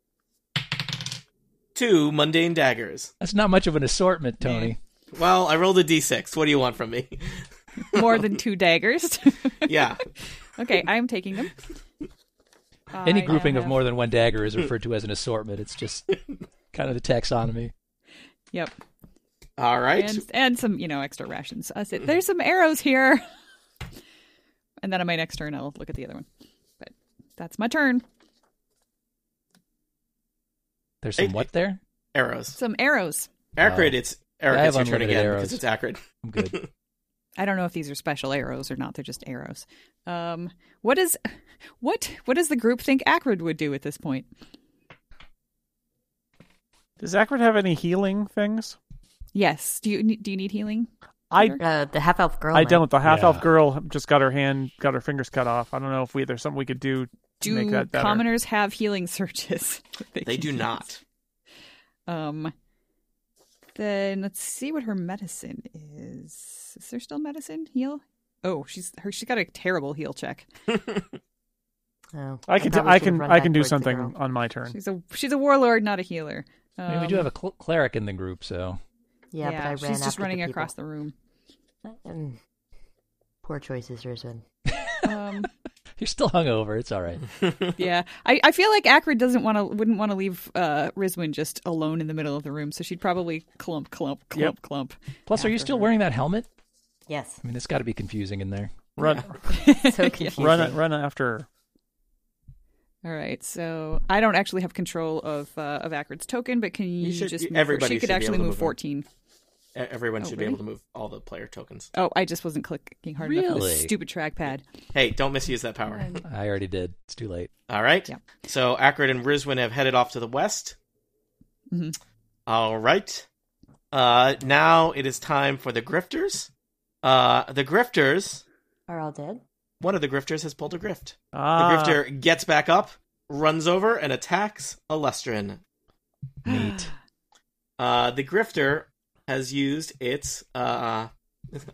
B: two mundane daggers.
F: that's not much of an assortment, Tony.
B: Well, I rolled a d6. What do you want from me?
C: More than two daggers.
B: yeah,
C: okay, I'm taking them. I
F: Any
C: now
F: grouping of
C: have-
F: more than one dagger is referred to as an assortment. It's just kind of the taxonomy.
C: Yep.
B: all right.
C: And, and some, you know, extra rations. I said, There's some arrows here. And then on my next turn, I'll look at the other one. But that's my turn.
F: There's some
B: Hey,
F: what there?
B: Arrows.
C: Some arrows.
B: Acrid. It's Eric.
F: I
B: It's your
F: have
B: turn
F: unlimited
B: again
F: arrows.
B: because it's acrid.
F: I'm good.
C: I don't know if these are special arrows or not. They're just arrows. Um, what is what what does the group think Acrid would do at this point?
A: Does Akron have any healing things?
C: Yes. Do you do you need healing?
A: I
G: Uh, the half elf girl.
A: I
G: might.
A: don't. The half elf
E: Yeah.
A: girl just got her hand, got her fingers cut off. I don't know if we there's something we could do to
C: Do
A: make that better.
C: commoners have healing searches? that
B: They
C: can
B: do
C: use?
B: not.
C: Um. Then let's see what her medicine is. Is there still medicine heal? Oh, she's her. She's got a terrible heal check.
G: Oh,
A: I can.
G: probably
A: I
G: should've
A: can.
G: run
A: I
G: back
A: can do
G: towards the
A: something
G: girl.
A: on my turn.
C: She's a she's a warlord, not a healer. Um,
F: I mean, we do have a cl- cleric in the group, so
G: Yeah, but I ran
C: she's just
G: after
C: running
G: the
C: across the room.
G: Mm. Poor choices, Rizwan.
C: Um.
F: you're still hungover. It's all right.
C: Yeah, I, I feel like Akrid doesn't want to wouldn't want to leave uh, Rizwin just alone in the middle of the room, so she'd probably clump, clump, clump, clump.
F: Plus, are you
C: after
F: still
C: her.
F: wearing that helmet?
G: Yes.
F: I mean, it's got to be confusing in there.
A: Run,
G: So confusing.
A: run, run after. her.
C: All right, so I don't actually have control of uh, of Akrid's token, but can you,
B: should-
C: just
B: you-
C: move her?
B: everybody should
C: she could
B: be able
C: actually
B: to
C: move
B: move her.
C: fourteen.
B: E- Everyone
C: Oh,
B: should be
C: really?
B: able to move all the player tokens.
C: Oh, I just wasn't clicking hard enough on
F: Really?
C: this stupid trackpad.
B: Hey, don't misuse that power.
F: I already did. It's too late.
B: All right.
C: Yeah.
B: So Akrid and Rizwin have headed off to the west.
C: Mhm.
B: All right. Uh, now it is time for the grifters. Uh, the grifters.
G: Are all dead?
B: One of the grifters has pulled a grift. The
A: Ah,
B: grifter gets back up, runs over, and attacks Alestrin.
F: Neat.
B: Uh, the grifter has used its. Uh,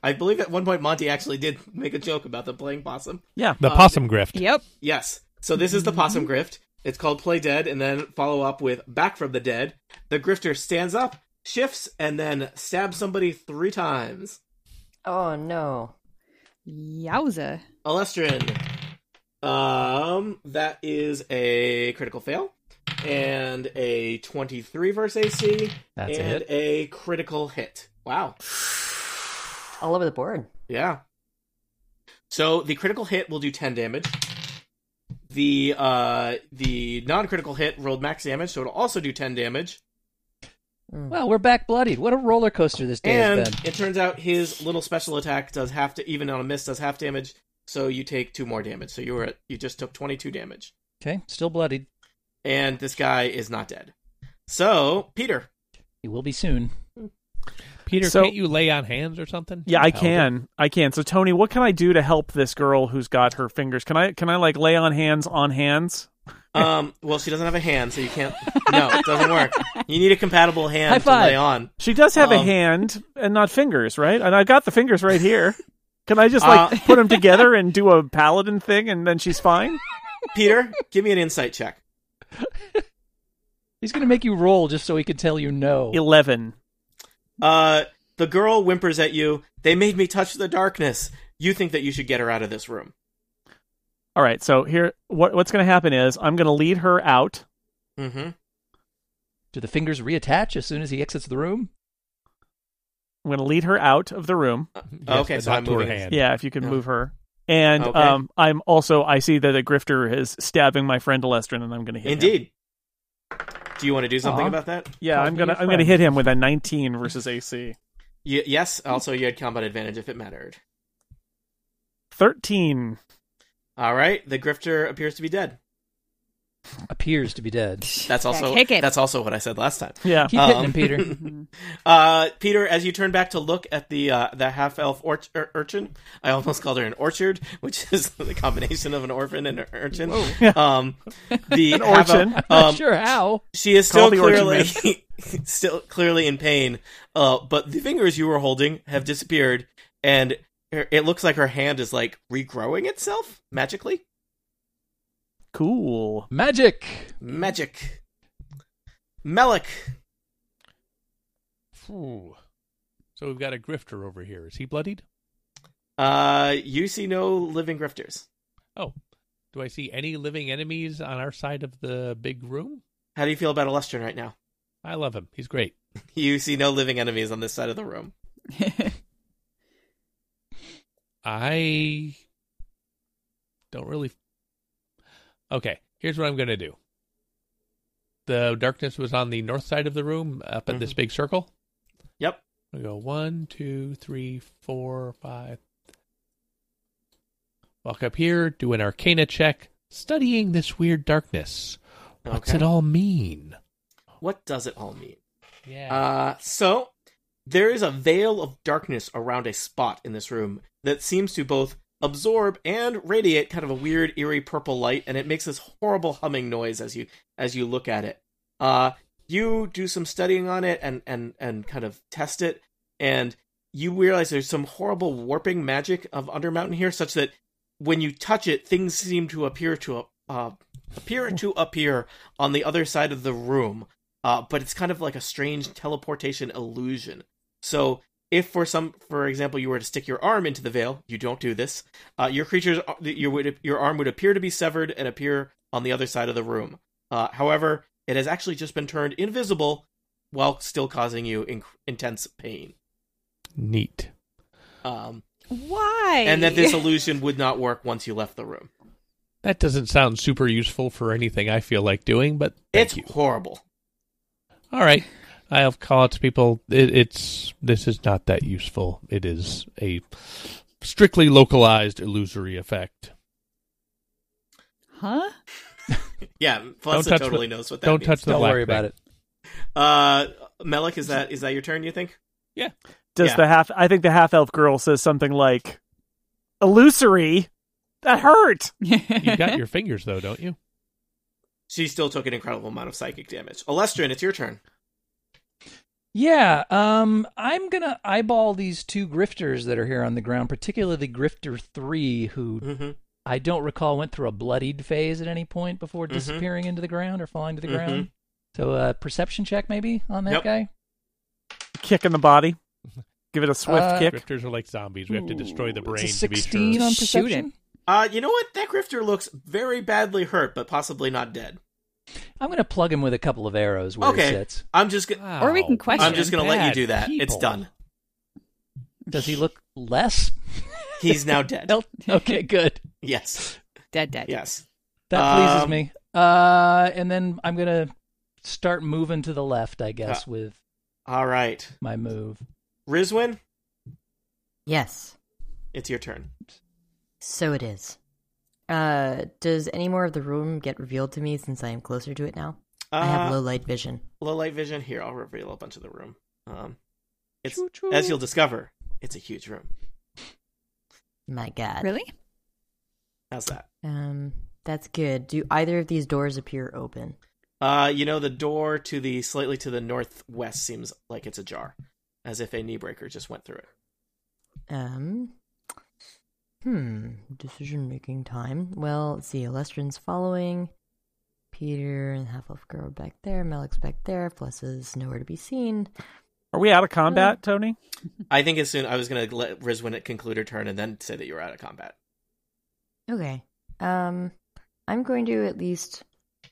B: I believe at one point Monty actually did make a joke about them playing possum.
A: yeah.
E: The
B: Uh,
E: possum grift.
C: Yep.
B: Yes. So this is the possum grift. It's called Play Dead, and then follow up with Back from the Dead. The grifter stands up, shifts, and then stabs somebody three times.
G: Oh no.
C: Yowza.
B: Alestrin. Um, that is a critical fail, and a 23 versus AC,
F: That's a
B: and
F: hit.
B: a critical hit. Wow.
G: All over the board.
B: Yeah. So the critical hit will do 10 damage. The uh the non-critical hit rolled max damage, so it'll also do 10 damage.
G: Mm.
F: Well, we're back bloodied. What a roller coaster this day
B: and
F: has been.
B: it turns out his little special attack does half to even on a miss does half damage, so you take two more damage. So you were at, you just took 22 damage.
F: Okay, still bloodied.
B: And this guy is not dead. So, Peter.
F: He will be soon.
E: Peter,
A: So-
E: can't you lay on hands or something?
A: Yeah, I
E: Help it.
A: can. I can. So Tony, what can I do to help this girl who's got her fingers? Can I can I like lay on hands on hands?
B: Um well, she doesn't have a hand, so you can't No, it doesn't work. You need a compatible
F: High
B: hand to
F: five.
B: lay on.
A: She does have a
B: Um,
A: hand and not fingers, right? And I got the fingers right here. Can I just like
B: Uh,
A: put 'em put them together and do a paladin thing and then she's fine?
B: Peter, give me an insight check.
F: He's going to make you roll just so he can tell you no.
A: 11.
B: Uh, the girl whimpers at you. They made me touch the darkness. You think that you should get her out of this room.
A: All right. So here what what's going to happen is I'm going to lead her out.
B: Mm-hmm.
F: Do the fingers reattach as soon as he exits the room?
A: I'm going to lead her out of the room.
E: Yes,
B: okay,
E: but
B: so
E: not
B: I'm
E: to her
B: moving.
E: hand.
A: Yeah, if you can
B: Yeah.
A: move her. And
B: Okay.
A: um, I'm also I see that a grifter is stabbing my friend Alestrin, and I'm going to hit him.
B: Indeed. Do you want to do something
F: Aw.
B: about that?
A: Yeah,
F: Call
A: I'm
F: me
A: gonna
F: your
A: I'm gonna
F: friend.
A: hit him with a 19 versus AC.
B: Y- yes. Also, you had combat advantage if it mattered.
A: 13.
B: All right. The grifter appears to be dead.
F: Appears to be dead.
B: That's also
C: kick it.
B: that's also what I said last time.
A: Yeah.
F: Keep hitting him, Peter.
B: Uh, Peter, as you turn back to look at the uh, the half elf orch- ur- urchin, I almost called her an orchard, which is the combination of an orphan and an urchin. Um, the
A: An
B: half-elf-
A: orchin.
F: I'm not
B: Um,
F: sure how.
B: She is
A: Call
B: still
A: the
B: clearly
A: Orchard
B: still clearly in pain, uh, but the fingers you were holding have disappeared, and her, it looks like her hand is like regrowing itself magically.
A: Cool.
F: Magic.
B: Magic, Melik.
E: Phew. So we've got a grifter over here. Is he bloodied?
B: Uh, you see no living grifters.
E: Oh, do I see any living enemies on our side of the big room?
B: How do you feel about Alestrin right now?
E: I love him. He's great.
B: You see no living enemies on this side of the room.
E: I don't really. Okay, here's what I'm going to do. The darkness was on the north side of the room, up at this
B: Mm-hmm.
E: big circle.
B: Yep.
E: We go one, two, three, four, five. Walk up here, do an arcana check, studying this weird darkness. What's
B: Okay.
E: it all mean?
B: What does it all mean?
E: Yeah.
B: Uh, so there is a veil of darkness around a spot in this room that seems to both absorb and radiate kind of a weird eerie purple light and it makes this horrible humming noise as you as you look at it uh you do some studying on it and and and kind of test it and you realize there's some horrible warping magic of undermountain here such that when you touch it things seem to appear to uh, appear to appear on the other side of the room uh, but it's kind of like a strange teleportation illusion. So if for some, for example, you were to stick your arm into the veil, you don't do this. Uh, your creature's your would your arm would appear to be severed and appear on the other side of the room. Uh, however, it has actually just been turned invisible while still causing you inc- intense pain.
E: Neat.
B: Um,
C: Why?
B: and that this illusion would not work once you left the room.
E: That doesn't sound super useful for anything I feel like doing, but thank
B: it's
E: you.
B: horrible.
E: All right. I'll call it to people. It, it's this is not that useful. It is a strictly localized illusory effect.
C: huh?
B: Yeah,
E: Don't
B: Fletcher
E: touch
B: totally
E: the-
B: knows what that
E: Don't
B: means.
E: touch the
F: Don't
E: black
F: worry about
E: thing.
F: it.
B: Uh, Melik, is that is that your turn? You think?
A: Does
B: Yeah.
A: the half I think the half elf girl says something like illusory? That hurt.
E: You got your fingers though, don't you?
B: She still took an incredible amount of psychic damage. Alestrin, it's your turn.
F: Yeah, um, I'm gonna eyeball these two grifters that are here on the ground, particularly Grifter Three, who
B: Mm-hmm.
F: I don't recall went through a bloodied phase at any point
E: Mm-hmm.
F: before disappearing into the ground or falling to the
B: Mhm.
F: ground. So uh, perception check maybe on that
B: Yep.
F: guy.
A: Kick in the body. Give it a swift
F: Uh,
A: kick.
E: Drifters are like zombies. We have to destroy the
F: Ooh,
E: brain
F: it's a
E: to be
F: 16
E: sure.
F: on
C: Shoot
F: perception.
B: Uh, you know what? That grifter looks very badly hurt, but possibly not dead.
F: I'm going to plug him with a couple of arrows where
B: Okay.
F: he sits.
B: I'm just. Go-
E: Wow.
C: Or we can question.
B: I'm just going to let you
E: Bad
B: do that. It's
E: people.
B: done.
F: Does he look less?
B: He's now dead.
C: Nope.
F: okay, good.
B: Yes.
C: Dead, dead.
B: Yes.
F: That pleases
B: Um,
F: me. Uh, and then I'm going to start moving to the left, I guess,
E: uh,
F: with
B: All right.
F: my move.
B: Rizwin,
G: Yes.
B: it's your turn.
G: So it is. Uh, does any more of the room get revealed to me since I am closer to it now?
B: Uh,
G: I have low light vision.
B: low light vision. Here, I'll reveal a bunch of the room. Um, it's as you'll discover, it's a huge room.
G: My God.
C: Really?
B: How's that?
G: Um, that's good. Do either of these doors appear open?
B: Uh, you know, the door to the slightly to the northwest seems like it's ajar, as if a knee breaker just went through it.
G: Um, hmm. Decision making time. Well, let's see. Alestrin's following. Peter and half elf girl back there. Malik's back there. Plus is nowhere to be seen.
A: Are we out of combat, Tony?
B: I think as soon I was gonna let Rizwin conclude her turn and then say that you were out of combat.
G: Okay. Um, I'm going to at least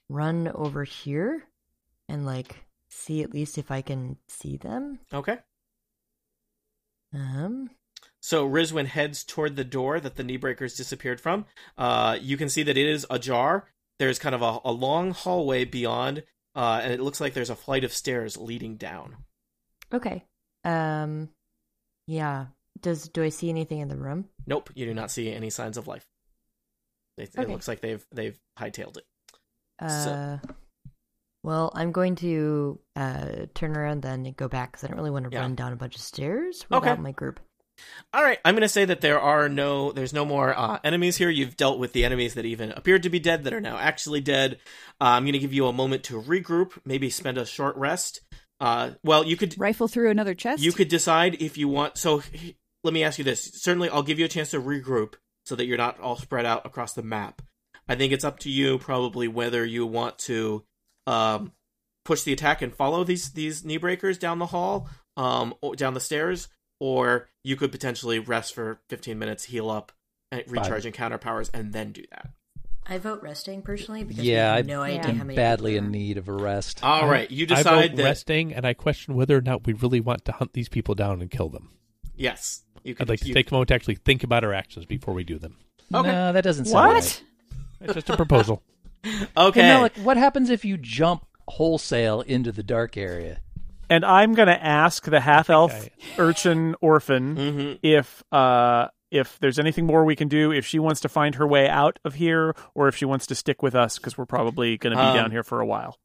G: run over here and like see at least if I can see them.
B: Okay.
G: Um,
B: So Rizwin heads toward the door that the knee breakers disappeared from. Uh, you can see that it is ajar. There's kind of a, a long hallway beyond, uh, and it looks like there's a flight of stairs leading down.
G: okay. Um, yeah. Does do I see anything in the room?
B: Nope, you do not see any signs of life. It, it
G: Okay.
B: looks like they've they've hightailed it. So-
G: Uh, well, I'm going to uh turn around then and go back because I don't really want to
B: Yeah.
G: run down a bunch of stairs
B: Okay.
G: without my group.
B: All right, I'm going to say that there are no there's no more uh, enemies here. You've dealt with the enemies that even appeared to be dead that are now actually dead. Uh, I'm going to give you a moment to regroup, maybe spend a short rest. Uh, well, you could
C: Rifle through another chest?
B: You could decide if you want. So h- let me ask you this. Certainly, I'll give you a chance to regroup so that you're not all spread out across the map. I think it's up to you, probably, whether you want to um, push the attack and follow these these knee breakers down the hall, um, or down the stairs, or you could potentially rest for 15 minutes, heal up, and recharge and counter powers, and then do that.
G: I vote resting personally because
F: Yeah,
G: we
F: I
G: have no idea
C: Yeah.
G: how
F: I'm
G: many
F: badly
G: people
F: in
G: there
F: need of a rest.
B: All
E: I-
B: right, you
E: I
B: decide
E: vote
B: that.
E: resting, and I question whether or not we really want to hunt these people down and kill them.
B: Yes, you could.
E: I'd like to
B: you-
E: take a moment to actually think about our actions before we do them.
B: Okay.
F: No, that doesn't sound
A: What?
F: right.
E: It's just a proposal.
B: okay.
F: Hey, Malik, what happens if you jump wholesale into the dark area?
A: And I'm going to ask the half elf
E: I-
A: urchin orphan
B: Mhm.
A: if uh, if there's anything more we can do, if she wants to find her way out of here, or if she wants to stick with us because we're probably going to be
B: Um,
A: down here for a while.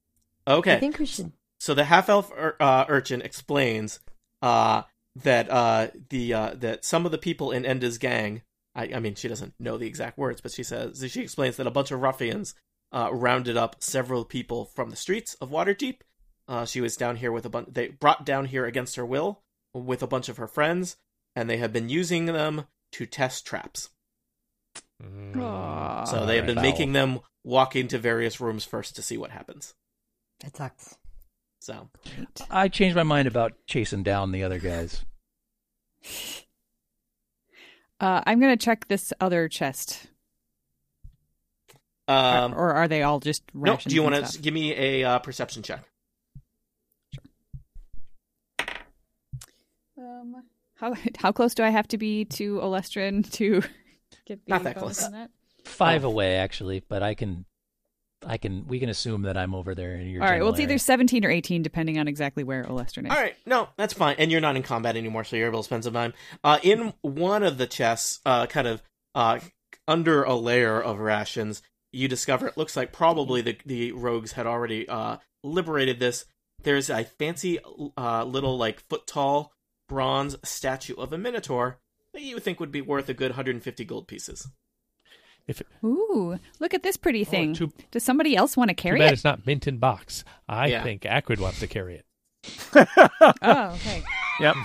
B: Okay.
G: I think we should.
B: So the half elf ur- uh, urchin explains uh, that uh, the uh, that some of the people in Enda's gang. I, I mean, she doesn't know the exact words, but she says she explains that a bunch of ruffians uh, rounded up several people from the streets of Waterdeep. Uh, she was down here with a bunch. They brought down here against her will with a bunch of her friends, and they have been using them to test traps.
C: Aw.
B: So they have been making them walk into various rooms first to see what happens.
G: That sucks.
B: So
F: I changed my mind about chasing down the other guys.
C: Uh, I'm going to check this other chest.
B: um,
C: or, or are they all just
B: No,
C: rations
B: do you
C: and
B: want to
C: stuff?
B: give me a uh, perception check?
C: Um, how how close do I have to be to Olestrin to get the
B: Not that
C: bonus
B: close.
C: on that?
F: Five
B: Oh.
F: away, actually, but I can, I can. We can assume that I'm over there in your.
C: All right. Well, it's
F: general
C: either 17 or 18, depending on exactly where Olestrin is.
B: All right, no, that's fine. And you're not in combat anymore, so you're able to spend some time. Uh, in one of the chests, uh, kind of uh, under a layer of rations, you discover it looks like probably the, the rogues had already uh, liberated this. There's a fancy uh, little, like, foot tall bronze statue of a minotaur that you would think would be worth a good 150 gold pieces.
E: If,
C: Ooh, look at this pretty
E: Oh,
C: thing.
E: too-
C: Does somebody else want to
E: too
C: carry
E: bad
C: it?
E: it's not mint in box. I
B: Yeah.
E: think Acrid wants to carry it.
C: oh, okay.
A: Yep.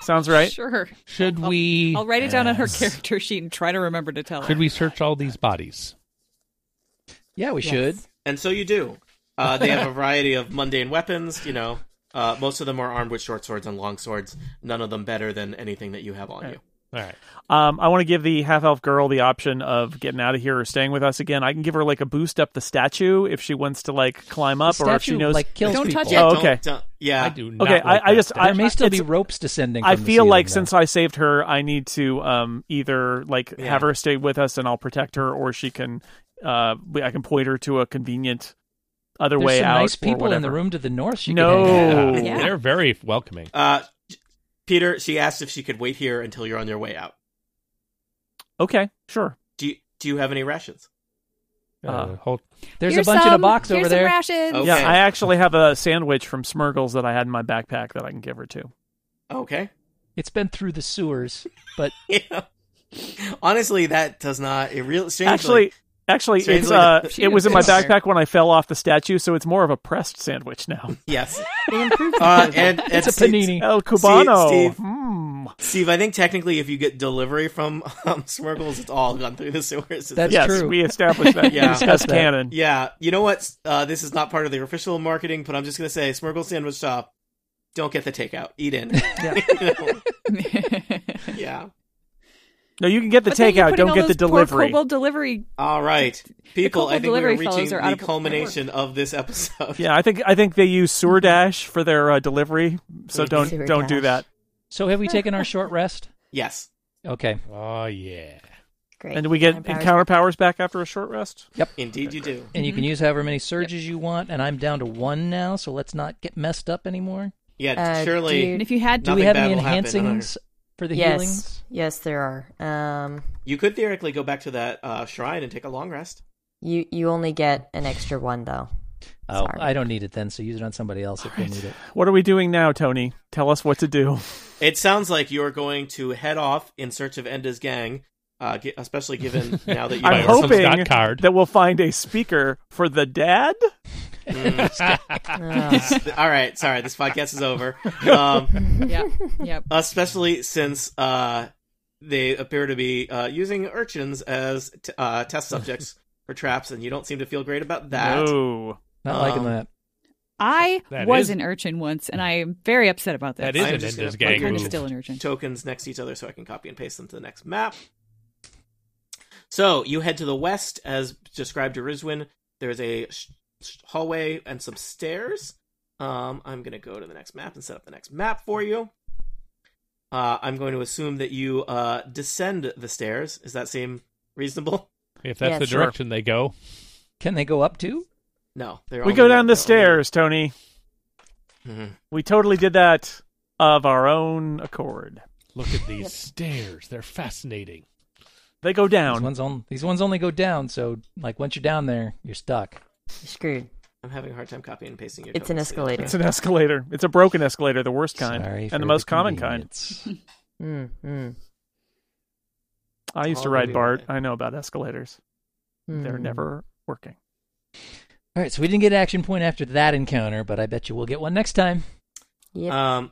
A: Sounds right.
C: Sure.
E: Should
C: I'll-
E: we?
C: I'll write it down on her
F: Yes.
C: character sheet and try to remember to tell her.
E: Should we search all these bodies?
F: Yeah, we
G: Yes.
F: should.
B: And so you do. Uh, they have a variety of mundane weapons, you know. Uh, most of them are armed with short swords and long swords, none of them better than anything that you have on you.
E: All right.
A: Um, I want to give the half elf girl the option of getting out of here or staying with us again. I can give her like a boost up the statue if she wants to like climb up
F: The
A: or if she
F: statue,
A: knows.
F: like kills
C: Don't
F: people.
C: touch
A: Oh,
B: Don't-
A: okay.
B: don't- yeah.
E: I do. Not
A: Okay, I-
E: like
A: I
E: that
A: just-
E: statue.
A: I-
F: There may still be
A: it's-
F: ropes descending.
A: I
F: from the
A: feel like
F: ceiling,
A: since I saved her, I need to um, either like
B: Yeah.
A: have her stay with us and I'll protect her, or she can uh, we- I can point her to a convenient other
F: though. There's
A: way
F: some
A: out.
F: nice
A: or
F: people in the
A: whatever.
F: room to the north. She could
A: No.
F: hang out.
E: Yeah.
A: Ooh.
C: Yeah.
E: They're very welcoming.
B: Uh, Peter, she asked if she could wait here until you're on your way out.
A: Okay, sure.
B: Do you, do you have any rations?
E: Uh,
A: Uh,
E: hold.
F: There's
C: Here's
F: a bunch in a
C: some-
F: box
C: here's
F: over
C: some
F: there.
C: Rashes.
B: Okay.
A: Yeah, I actually have a sandwich from Smurgles that I had in my backpack that I can give her to.
B: Okay.
F: It's been through the sewers, but
B: Yeah. Honestly, that does not. It real strangely,
A: Actually, actually, it's
B: Strangely-
A: uh,
C: She
A: it was in my
C: didn't say.
A: backpack when I fell off the statue, so it's more of a pressed sandwich now.
B: yes.
G: It improves the
B: Uh,
G: flavor.
B: and, and
F: it's a
B: Steve-
F: panini.
A: El Cubano.
B: Steve.
A: Hmm.
B: Steve, I think technically, if you get delivery from um, Smurgles, it's all gone through the sewers. It's
F: That's-
A: Hmm. yes,
F: true.
A: we established that.
B: Yeah.
A: yeah, discussed
F: Discussed that.
A: canon.
B: Yeah, you know what? Uh, this is not part of the official marketing, but I'm just gonna say, Smurgle Sandwich Shop, don't get the takeout. Eat in.
F: yeah.
B: yeah.
A: No, you can get the
C: But then you're
A: takeout.
C: putting
A: Don't
C: all
A: get the
C: those Poor
A: delivery.
C: Kobold delivery.
B: All right, people.
C: Coldwell
B: I think we're
C: delivery
B: reaching
C: fellows are out
B: the
C: of-
B: culmination of this episode.
A: Yeah, I think I think they use sewer dash for their uh, delivery, so don't
G: Sewer
A: don't do
G: dash.
A: that.
F: So have we taken our short rest?
B: Yes.
F: Okay.
E: Oh yeah.
G: Great.
A: And do we get
G: Empowered.
A: encounter powers back after a short rest?
B: Indeed, you do.
F: And
G: Mm-hmm.
F: you can use however many surges you want, and I'm down to one now, so let's not get messed up anymore.
B: Yeah,
G: Uh,
B: surely
G: dude.
F: And if you had, do we
B: Nothing
F: have
B: bad
F: any
B: will happen,
F: enhancings for the
G: yes,
F: healings?
G: yes, there are. Um,
B: you could theoretically go back to that uh, shrine and take a long rest.
G: you you only get an extra one though.
F: Oh,
G: Sorry.
F: I don't need it then, so use it on somebody else if they need it.
A: What are we doing now, Tony? Tell us what to do.
B: It sounds like you are going to head off in search of Enda's gang, uh, gi- especially given now that you
A: I'm
E: buy ourselves
A: hoping
E: that card.
A: that we'll find a speaker for the dad.
G: Oh.
B: All right, sorry, this podcast is over. Um,
C: Yeah. Yep.
B: especially since uh, they appear to be uh, using urchins as t- uh, test subjects for traps, and you don't seem to feel great about that.
A: No.
F: Not
B: Um,
F: liking that.
C: I
E: That
C: was
E: is-
C: an urchin once, and I am very upset about this.
E: That is
B: I'm
E: an
B: just
E: Enda's
B: gonna
E: gang
C: I'm kind of
E: move.
C: still an urchin.
B: Tokens next to each other, so I can copy and paste them to the next map. So you head to the west, as described to Rizwin. There's a sh- sh- hallway and some stairs. Um, I'm going to go to the next map and set up the next map for you. Uh, I'm going to assume that you uh, descend the stairs. Does that seem reasonable?
E: If that's
G: Yeah,
E: the
G: sure.
E: direction they go,
F: Can they go up too?
B: No, they're
A: We
B: all
A: go
B: gonna-
A: down the
B: they're all
A: stairs, Tony.
B: gonna- Mhm.
A: We totally did that of our own accord.
E: look at these stairs. They're fascinating.
A: They go
F: These
A: down.
F: ones, on, these ones only go down, so like once you're down there, you're stuck.
G: Screwed.
B: I'm having a hard time copying and pasting your.
G: It's an
B: tokens.
G: escalator.
A: It's an escalator. It's a broken escalator, the worst kind
F: Sorry for
A: and the most common kind.
F: convenience.
G: Mm, mm,
A: I used to
B: All
A: ride
B: the
A: Bart.
B: way.
A: I know about escalators. They're
G: mm.
A: never working.
F: All right, so we didn't get an action point after that encounter, but I bet you we'll get one next time.
G: Yep.
B: Um,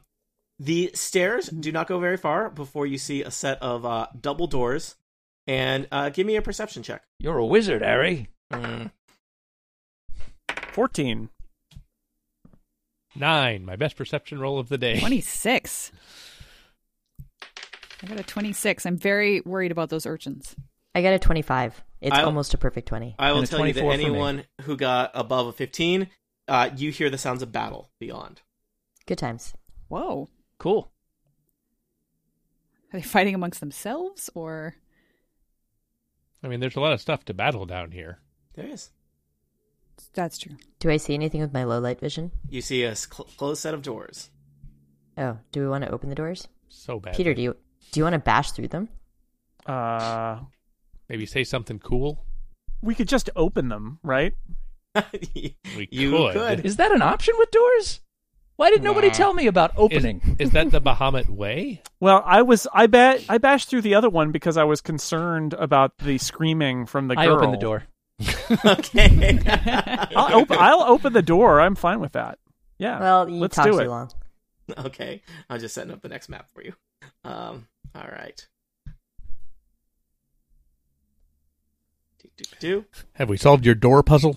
B: the stairs
F: Mm-hmm.
B: do not go very far before you see a set of uh, double doors, and uh, give me a perception check.
F: You're a wizard, Harry.
B: Mm.
A: 14.
E: Nine, my best perception roll of the day.
C: 26. I got a 26. I'm very worried about those urchins.
G: I got a twenty-five. It's
B: I'll-
G: almost a perfect twenty.
B: I will
F: And a
B: tell you that
F: 24 for me.
B: anyone who got above a fifteen, uh, you hear the sounds of battle beyond.
G: Good times.
C: Whoa.
F: Cool.
C: Are they fighting amongst themselves or
E: I mean, there's a lot of stuff to battle down here.
B: There is.
C: that's true.
G: Do I see anything with my low light vision?
B: You see a s- cl- closed set of doors.
G: Oh, do we want to open the doors?
E: So bad.
G: Peter, do you do you want to bash through them?
A: Uh,
E: Maybe say something cool.
A: we could just open them, right?
E: We
B: you
E: could.
F: Is that an option with doors? Why did nobody
E: Nah.
F: tell me about opening?
E: Is, is that the Bahamut way?
A: Well, I was I bet I bashed through the other one because I was concerned about the screaming from the girl.
F: I opened the door.
B: okay.
A: I'll open, I'll open the door. I'm fine with that. Yeah.
G: well, you
A: let's
G: talk
A: do
G: too
A: it.
G: long.
B: okay, I'm just setting up the next map for you. Um, all right. Do, do, do.
E: Have we solved your door puzzle?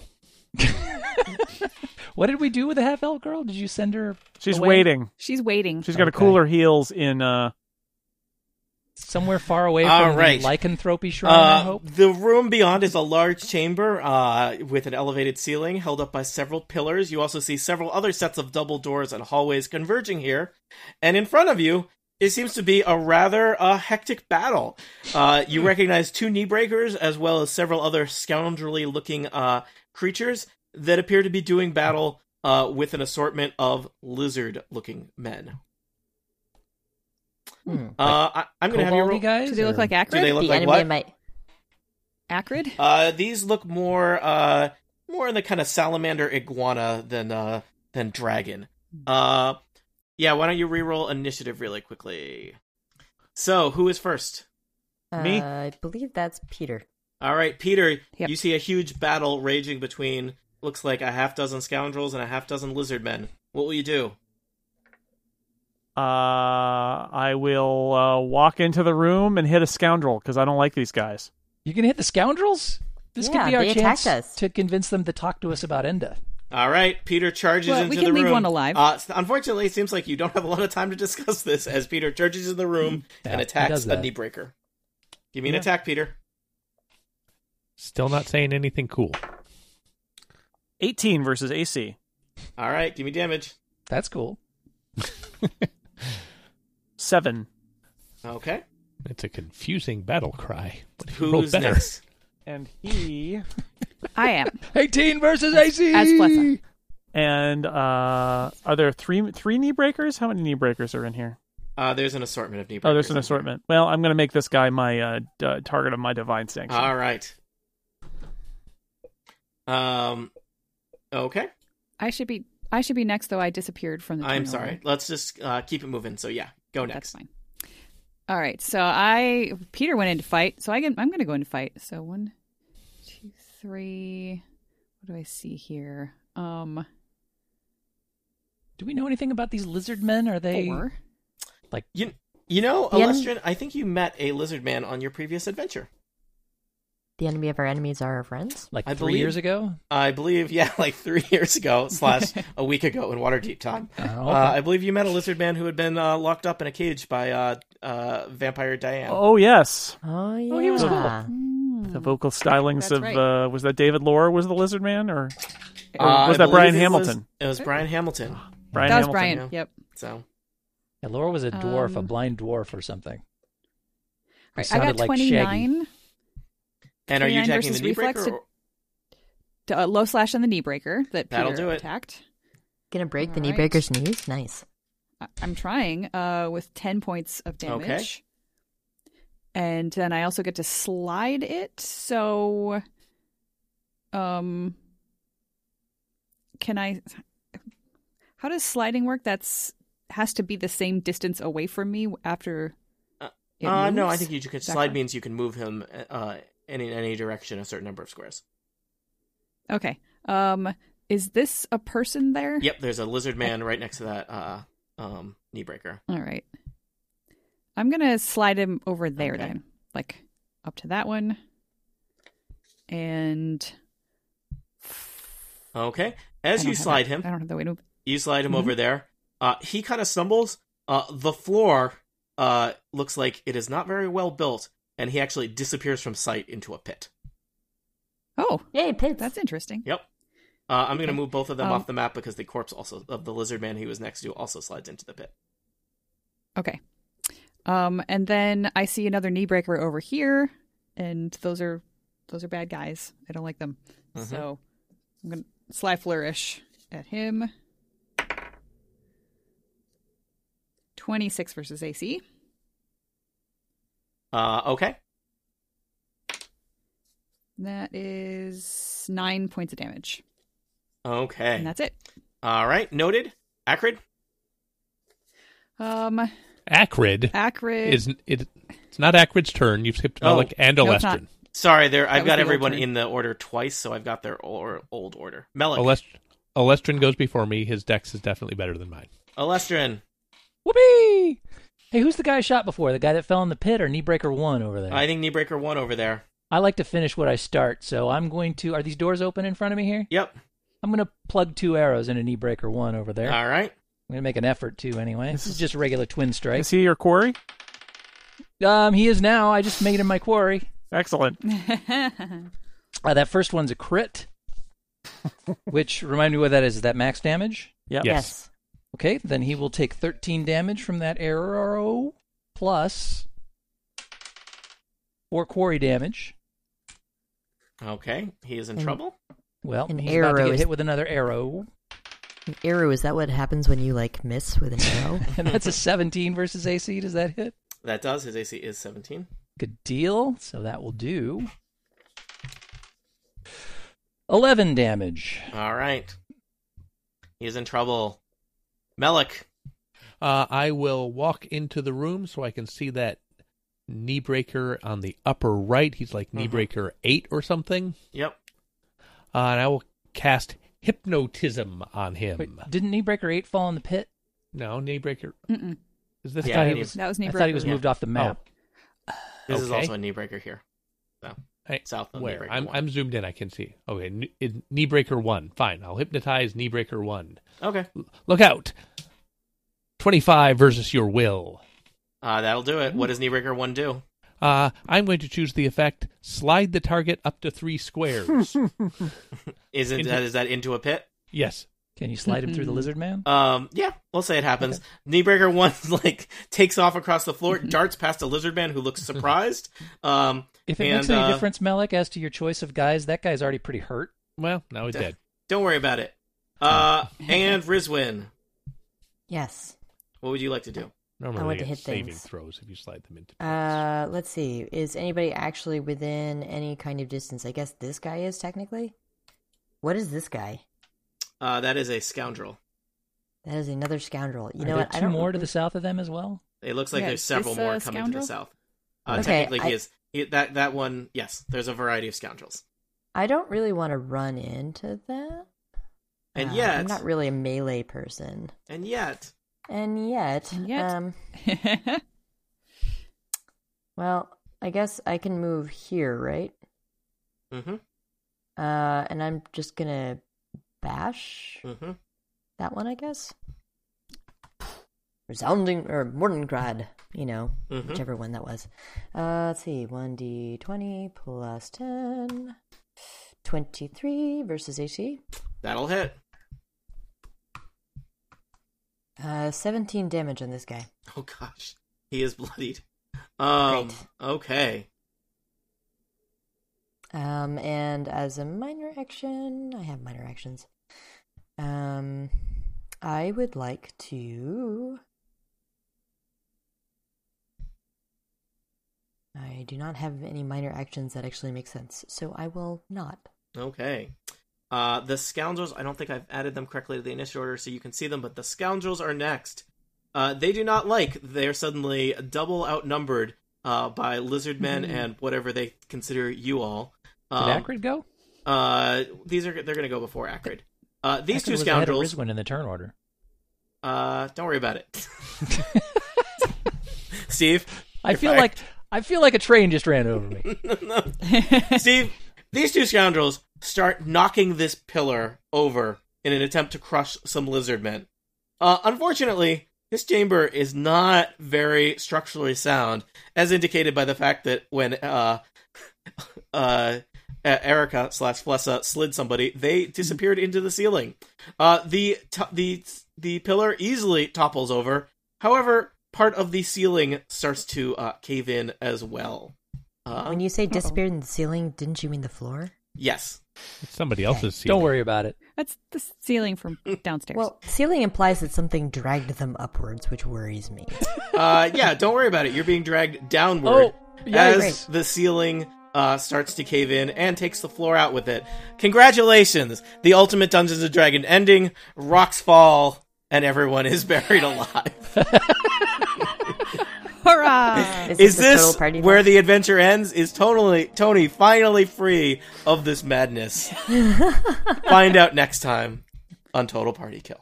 F: What did we do with the half elf girl? Did you send her?
A: She's
F: away?
A: waiting.
C: She's waiting.
A: She's got to
F: Okay.
A: cool her heels in. Uh,
F: somewhere far away from
B: All right.
F: the lycanthropy shrine. I
B: Uh,
F: hope.
B: the room beyond is a large chamber uh, with an elevated ceiling held up by several pillars. You also see several other sets of double doors and hallways converging here. And in front of you, it seems to be a rather uh, hectic battle. Uh,
F: Hmm.
B: you recognize two knee breakers as well as several other scoundrelly looking uh, creatures that appear to be doing battle uh, with an assortment of lizard looking men.
G: Hmm.
B: Uh, I- I'm going to have you
F: Koboldy
B: roll.
F: guys.
C: Do they look
F: or-
C: like
B: Do
C: acrid?
B: they look
G: the
B: like
G: enemy
B: what?
G: of my
C: acrid?
B: Uh, these look more uh more in the kind of salamander iguana than uh than dragon.
C: Hmm.
B: Uh, yeah. Why don't you reroll initiative really quickly? So who is first?
A: Me?
G: Uh, I believe that's Peter.
B: All right, Peter.
C: Yep.
B: You see a huge battle raging between looks like a half dozen scoundrels and a half dozen lizard men. What will you do?
A: uh, I will uh, walk into the room and hit a scoundrel because I don't like these guys.
F: You gonna hit the scoundrels? This could
G: Yeah,
F: be our
G: they attacked
F: chance
G: us.
F: to convince them to talk to us about Enda.
B: All right, Peter charges
C: Well,
B: into
C: we can
B: the room.
C: leave one alive.
B: Uh, s- unfortunately, it seems like you don't have a lot of time to discuss this as Peter charges in the
C: Hmm.
B: room
F: Yeah,
B: and
F: he
B: attacks
F: does
B: a
F: that.
B: knee breaker. Give me an
A: Yeah.
B: attack, Peter.
E: Still not saying anything cool.
A: 18 versus AC.
B: All right, give me damage.
F: That's cool.
A: Seven.
B: Okay.
E: It's a confusing battle cry. But he rolled
B: Who's
E: better.
B: next?
A: And he.
C: I am.
F: 18 versus AC.
C: As Flessa.
A: And uh, are there three three knee breakers? How many knee breakers are in here?
B: Uh, there's an assortment of knee
A: Oh, there's
B: breakers
A: an
B: in
A: assortment. Well, I'm going to make this guy my uh, d- uh, target of my divine
B: there.
A: sanction.
B: All right. Um. Okay.
C: I should be. I should be next, though. I disappeared from the.
B: I'm
C: turnover.
B: sorry. Let's just uh, keep it moving. So yeah, go
C: That's
B: next.
C: fine. All right. So I Peter went into fight. So I can, I'm going to go into fight. So one, two, three. What do I see here? Um,
F: Do we know anything about these lizard men? Are they
C: four.
F: like
B: You you know,
G: The enemy-
B: Alestrian, I think you met a lizard man on your previous adventure.
G: The enemy of our enemies are our friends.
F: like
B: I
F: three
B: believe-
F: years ago?
B: I believe, yeah, like three years ago slash a week ago in Waterdeep time.
F: Oh, okay.
B: Uh, I believe you met a lizard man who had been uh, locked up in a cage by uh, uh, vampire Diane.
A: Oh yes,
G: Oh yeah.
C: he was cool. Hmm.
A: the vocal stylings
C: That's
A: of
C: right.
A: uh, was that David Lore was the Lizard Man or, or
B: Uh,
A: was
B: I
A: that Brian
B: believe it was-
A: Hamilton?
B: it was Brian Hamilton.
A: Brian
C: that was
A: Hamilton.
C: Brian.
B: yeah.
C: Yep.
B: So
F: Yeah, Laura was a dwarf, a
C: Um,
F: blind dwarf or something. Who
C: Right, I
F: sounded
C: got
F: like Shaggy.
C: 29.
B: And are you
C: 29
B: attacking the
C: versus
B: knee
C: reflex
B: breaker?
C: to-
B: or- Uh,
C: To, uh, low slash on the knee breaker that
B: That'll
C: Peter
B: do it.
C: attacked.
G: Gonna break the
C: All
G: knee
C: right.
G: breaker's knees. Nice.
C: I- I'm trying uh, with 10 points of
B: Okay.
C: damage. And then I also get to slide it. So um can I How does sliding work? That's has to be the same distance away from me after
B: Uh,
C: it
B: uh, no, I
C: moves?
B: think you could
C: Is that
B: slide
C: fine?
B: means you can move him uh, in, in any direction a certain number of squares.
C: Okay. Um is this a person there?
B: Yep, there's a lizard man right next to that uh, um, knee breaker.
C: All right. I'm going to slide him over there
B: Okay.
C: then, like up to that one. And
B: Okay,
C: I
B: as
C: don't
B: you
C: have
B: slide
C: that-
B: him,
C: I don't have the way to.
B: you slide him
C: Mhm.
B: over there. Uh, he kind of stumbles. Uh, the floor uh, looks like it is not very well built, and he actually disappears from sight into a pit.
C: Oh,
G: Yay, pits.
C: that's interesting.
B: Yep. Uh, I'm going to
C: Okay.
B: move both of them
C: Um,
B: off the map because the corpse also of the lizard man he was next to also slides into the pit.
C: Okay. Um, and then I see another knee breaker over here, and those are those are bad guys. I don't like them.
B: Mhm.
C: So I'm gonna sly flourish at him. Twenty six versus AC.
B: Uh, okay.
C: That is nine points of damage,
B: Okay.
C: and that's it.
B: All right. Noted. Acrid.
C: Um,
E: Acrid
C: acrid.
E: is it, it's not Acrid's turn. You've skipped
B: Oh.
E: Melek and
C: No, it's not.
E: Olestrin.
B: Sorry, there. I've
C: was
B: got
C: the old
B: everyone
C: turn.
B: in the order twice, so I've got their or, old order. Melek,
E: Olest- Olestrin goes before me. His dex is definitely better than mine.
B: Alestrin,
F: Whoopee! Hey, who's the guy I shot before? The guy that fell in the pit or Kneebreaker 1 over there?
B: I think Kneebreaker one over there.
F: I like to finish what I start, so I'm going to. Are these doors open in front of me here?
B: Yep.
F: I'm going to plug two arrows into Kneebreaker 1 over there.
B: All right.
F: I'm going to make an effort to, anyway. This is just regular twin strike.
A: Is he your quarry?
F: Um, he is now. I just made him my quarry.
A: Excellent.
F: Uh, that first one's a crit, which remind me what that is. Is that max damage?
A: Yep.
E: Yeah.
G: Yes.
E: Yes.
F: Okay, then he will take 13 damage from that arrow plus 4 quarry damage.
B: Okay. He is in
C: Hmm.
G: Mm.
B: trouble.
F: Well,
G: An
F: he's about to
G: arrow
F: get
G: is-
F: hit with another arrow.
G: An arrow, is that what happens when you like miss with an arrow?
F: And that's a 17 versus AC. Does that hit?
B: That does. His AC is 17.
F: Good deal. So that will do 11 damage.
B: All right. He is in trouble. Melek.
E: Uh, I will walk into the room so I can see that knee breaker on the upper right. He's like knee
B: Mhm.
E: breaker eight or something.
B: Yep.
E: Uh, and I will cast hypnotism on him.
F: Wait, didn't Kneebreaker 8 fall in the pit?
E: No, knee breaker.
C: Mm-mm.
E: Is this
B: Yeah,
E: guy?
F: he
E: who-
B: was-
C: That was
F: I
C: Kneebreaker.
F: thought he was
B: yeah. Oh.
F: moved off the map.
B: This is
E: Oh. Okay.
B: also a knee breaker here.
E: Hey,
B: South of
E: where?
B: Kneebreaker
E: I'm,
B: one.
E: I'm zoomed in. I can see. Okay, kn- it- knee breaker one. Fine. I'll hypnotize knee breaker one.
B: Okay.
E: L- Look out. Twenty-five versus your will.
B: Uh, that'll do it. What does Kneebreaker 1 do?
E: Uh, I'm going to choose the effect slide the target up to three squares.
B: Is, it,
E: Into-
B: that, is that into a pit?
E: yes.
F: Can you slide him through the lizard man?
B: Um, yeah, we'll say it happens. Kneebreaker 1 like takes off across the floor, darts past a lizard man who looks surprised. Um,
F: If it
B: and,
F: makes any
B: uh,
F: difference, Melek, as to your choice of guys, that guy's already pretty hurt.
E: Well, now Oh, he's dead.
B: Don't worry about it. Uh, and Rizwin,
G: yes.
B: what would you like to do?
E: Normally
G: I want
E: they
G: to
E: get
G: hit
E: saving
G: things.
E: throws if you slide them into.
G: Uh, let's see. Is anybody actually within any kind of distance? I guess this guy is technically. What is this guy?
B: Uh, that is a scoundrel.
G: That is another scoundrel. You
F: Are
G: know
F: there
G: what? I
F: two
G: don't
F: more to the south of them as well.
B: It looks like
C: Yeah,
B: there's
C: is
B: several
C: this
B: more
C: a
B: coming to the
C: scoundrel?
B: south. Uh,
G: Okay,
B: technically, he
G: I-
B: is he, that that one. Yes, there's a variety of scoundrels.
G: I don't really want to run into that.
B: And
G: Uh,
B: yet,
G: I'm not really a melee person.
B: and yet,
G: And yet,
C: And yet-
G: um, well, I guess I can move here, right?
B: hmm
G: Uh, and I'm just gonna bash
B: hmm
G: that one, I guess. Resounding or Mordengrad, you know,
B: Mhm.
G: whichever one that was. Uh, let's see, one d twenty plus 10, 23 versus AC.
B: that'll hit.
G: Uh, seventeen damage on this guy.
B: Oh gosh, he is bloodied. Um,
G: Great.
B: okay,
G: Um, and as a minor action, I have minor actions. Um, I would like to. I do not have any minor actions that actually make sense, so I will not.
B: okay. Uh, the scoundrels. I don't think I've added them correctly to the initial order, so you can see them. But the scoundrels are next. Uh, they do not like they're suddenly double outnumbered uh, by lizard men and whatever they consider you all.
F: Hmm. Did
B: Um,
F: Acrid go?
B: Uh, these are they're going to go before Acrid. Uh, these
F: Acrid
B: two
F: was ahead of
B: scoundrels.
F: Rizwin in the turn order.
B: Uh, don't worry about it, Steve.
F: I feel
B: fact.
F: like I feel like a train just ran over me.
B: Steve, these two scoundrels start knocking this pillar over in an attempt to crush some lizard men. Uh, unfortunately, this chamber is not very structurally sound, as indicated by the fact that when uh, uh, E- Erica slash Flessa slid somebody, they disappeared into the ceiling. Uh, the t- the the pillar easily topples over. However, part of the ceiling starts to uh, cave in as well. Uh,
G: when you say disappeared in the ceiling, didn't you mean the floor?
B: Yes.
E: It's somebody else's ceiling.
F: Don't worry about it.
C: That's the ceiling from downstairs.
G: Well, ceiling implies that something dragged them upwards, which worries me.
B: Uh, yeah, don't worry about it. You're being dragged downward
F: Oh, yeah,
B: as
G: great.
B: the ceiling uh, starts to cave in and takes the floor out with it. Congratulations! The ultimate Dungeons and Dragon ending. Rocks fall, and everyone is buried alive.
C: Hurrah!
B: is
G: the total
B: this
G: party
B: where
G: box?
B: the adventure ends? Is totally Tony finally free of this madness? Find out next time on Total Party Kill.